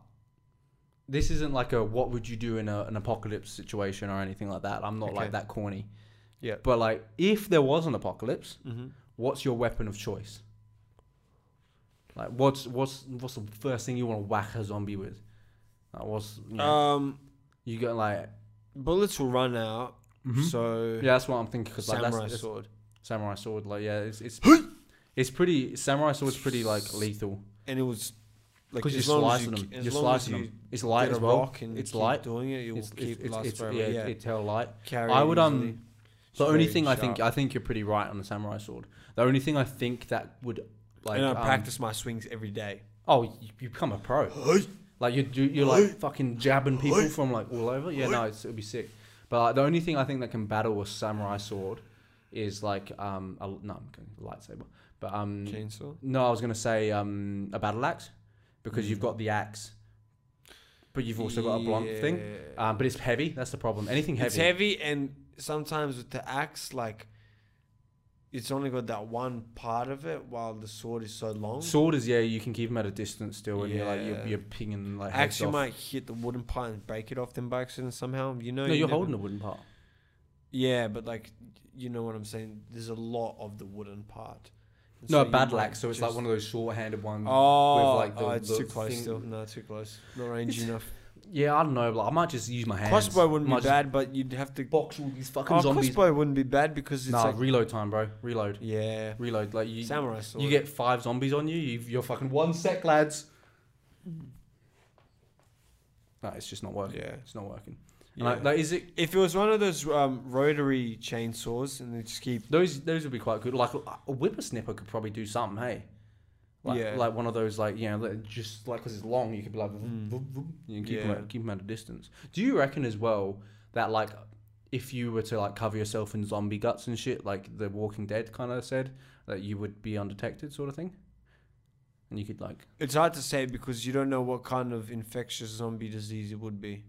this isn't like a what would you do in a, an apocalypse situation or anything like that. I'm not Okay. like that corny. Yeah. But like, if there was an apocalypse, Mm-hmm. what's your weapon of choice? Like, what's what's what's the first thing you want to whack a zombie with? That was you, know, Um, you got like bullets will run out. so So yeah, that's what I'm thinking because like mm-hmm. samurai that's it's- sword, samurai sword like yeah it's it's it's pretty samurai sword's pretty like lethal and it was like because as you're long as slicing you, them ke- as you're long as slicing you them it's light get as a well rock and it's keep light doing it. It will it's keep it's, last it's, forever. yeah, yeah, it's hell light carry I it would, um, uh, easily. It's The only very thing I think sharp. I think you're pretty right on the samurai sword. The only thing I think that would like and I um, practice my swings every day. Oh, you, you become a pro. Like you do, you're like fucking jabbing people from like all over. Yeah, no, it's, it'll be sick. But like, the only thing I think that can battle a samurai sword is like um a, no I'm kidding, a lightsaber. But um Chainsaw. no, I was gonna say um a battle axe because Mm. you've got the axe, but you've also got a blunt thing. Yeah. Um, but it's heavy. That's the problem. Anything heavy. It's heavy, and sometimes with the axe, like it's only got that one part of it, while the sword is so long. Sword is yeah, you can keep them at a distance still, and you're like Yeah. you're, you're pinging like heads axe, you off. might hit the wooden part and break it off them by accident somehow. You know. No, you you're never- holding a wooden part. Yeah, but like, you know what I'm saying. There's a lot of the wooden part. And No, a you bad might lax, so it's like just- one of those short-handed ones. Oh, like, the- oh, it's the too close thing- still. No, too close. Not rangy enough. Yeah, I don't know. Like, I might just use my hands. Crossbow wouldn't might be just bad, but you'd have to. Box all these fucking Oh, zombies. crossbow wouldn't be bad because it's Nah, like reload time, bro. Reload, yeah, reload. Like you, samurai sword. you get five zombies on you. you you're fucking one sec, lads. No, it's just not working. Mm. yeah. It's not working. yeah. And like, like, is it? if it was one of those um, rotary chainsaws and they just keep Those those would be quite good. Like a whippersnapper could probably do something. Hey, like, Yeah. like one of those like you know like, just like because it's long, you could be like vroom, Mm. vroom, vroom, you can keep Yeah. them at, keep 'em at a distance. Do you reckon as well that like if you were to like cover yourself in zombie guts and shit, like The Walking Dead kind of said that you would be undetected, sort of thing, and you could like. it's hard to say because you don't know what kind of infectious zombie disease it would be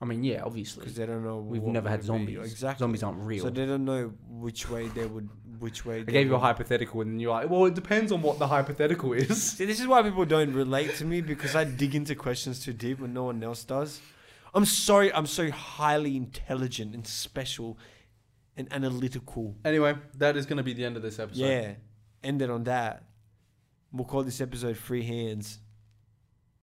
I mean, yeah, obviously, because they don't know we've what never had would it be. zombies. exactly Zombies aren't real. so they don't know which way they would which way I gave you a would- hypothetical, and you're like, "Well, it depends on what the hypothetical is." See, this is why people don't relate to me because I dig into questions too deep when no one else does. I'm sorry, I'm so highly intelligent and special and analytical. Anyway, that is going to be the end of this episode. Yeah. End it on that. We'll call this episode Free Hands.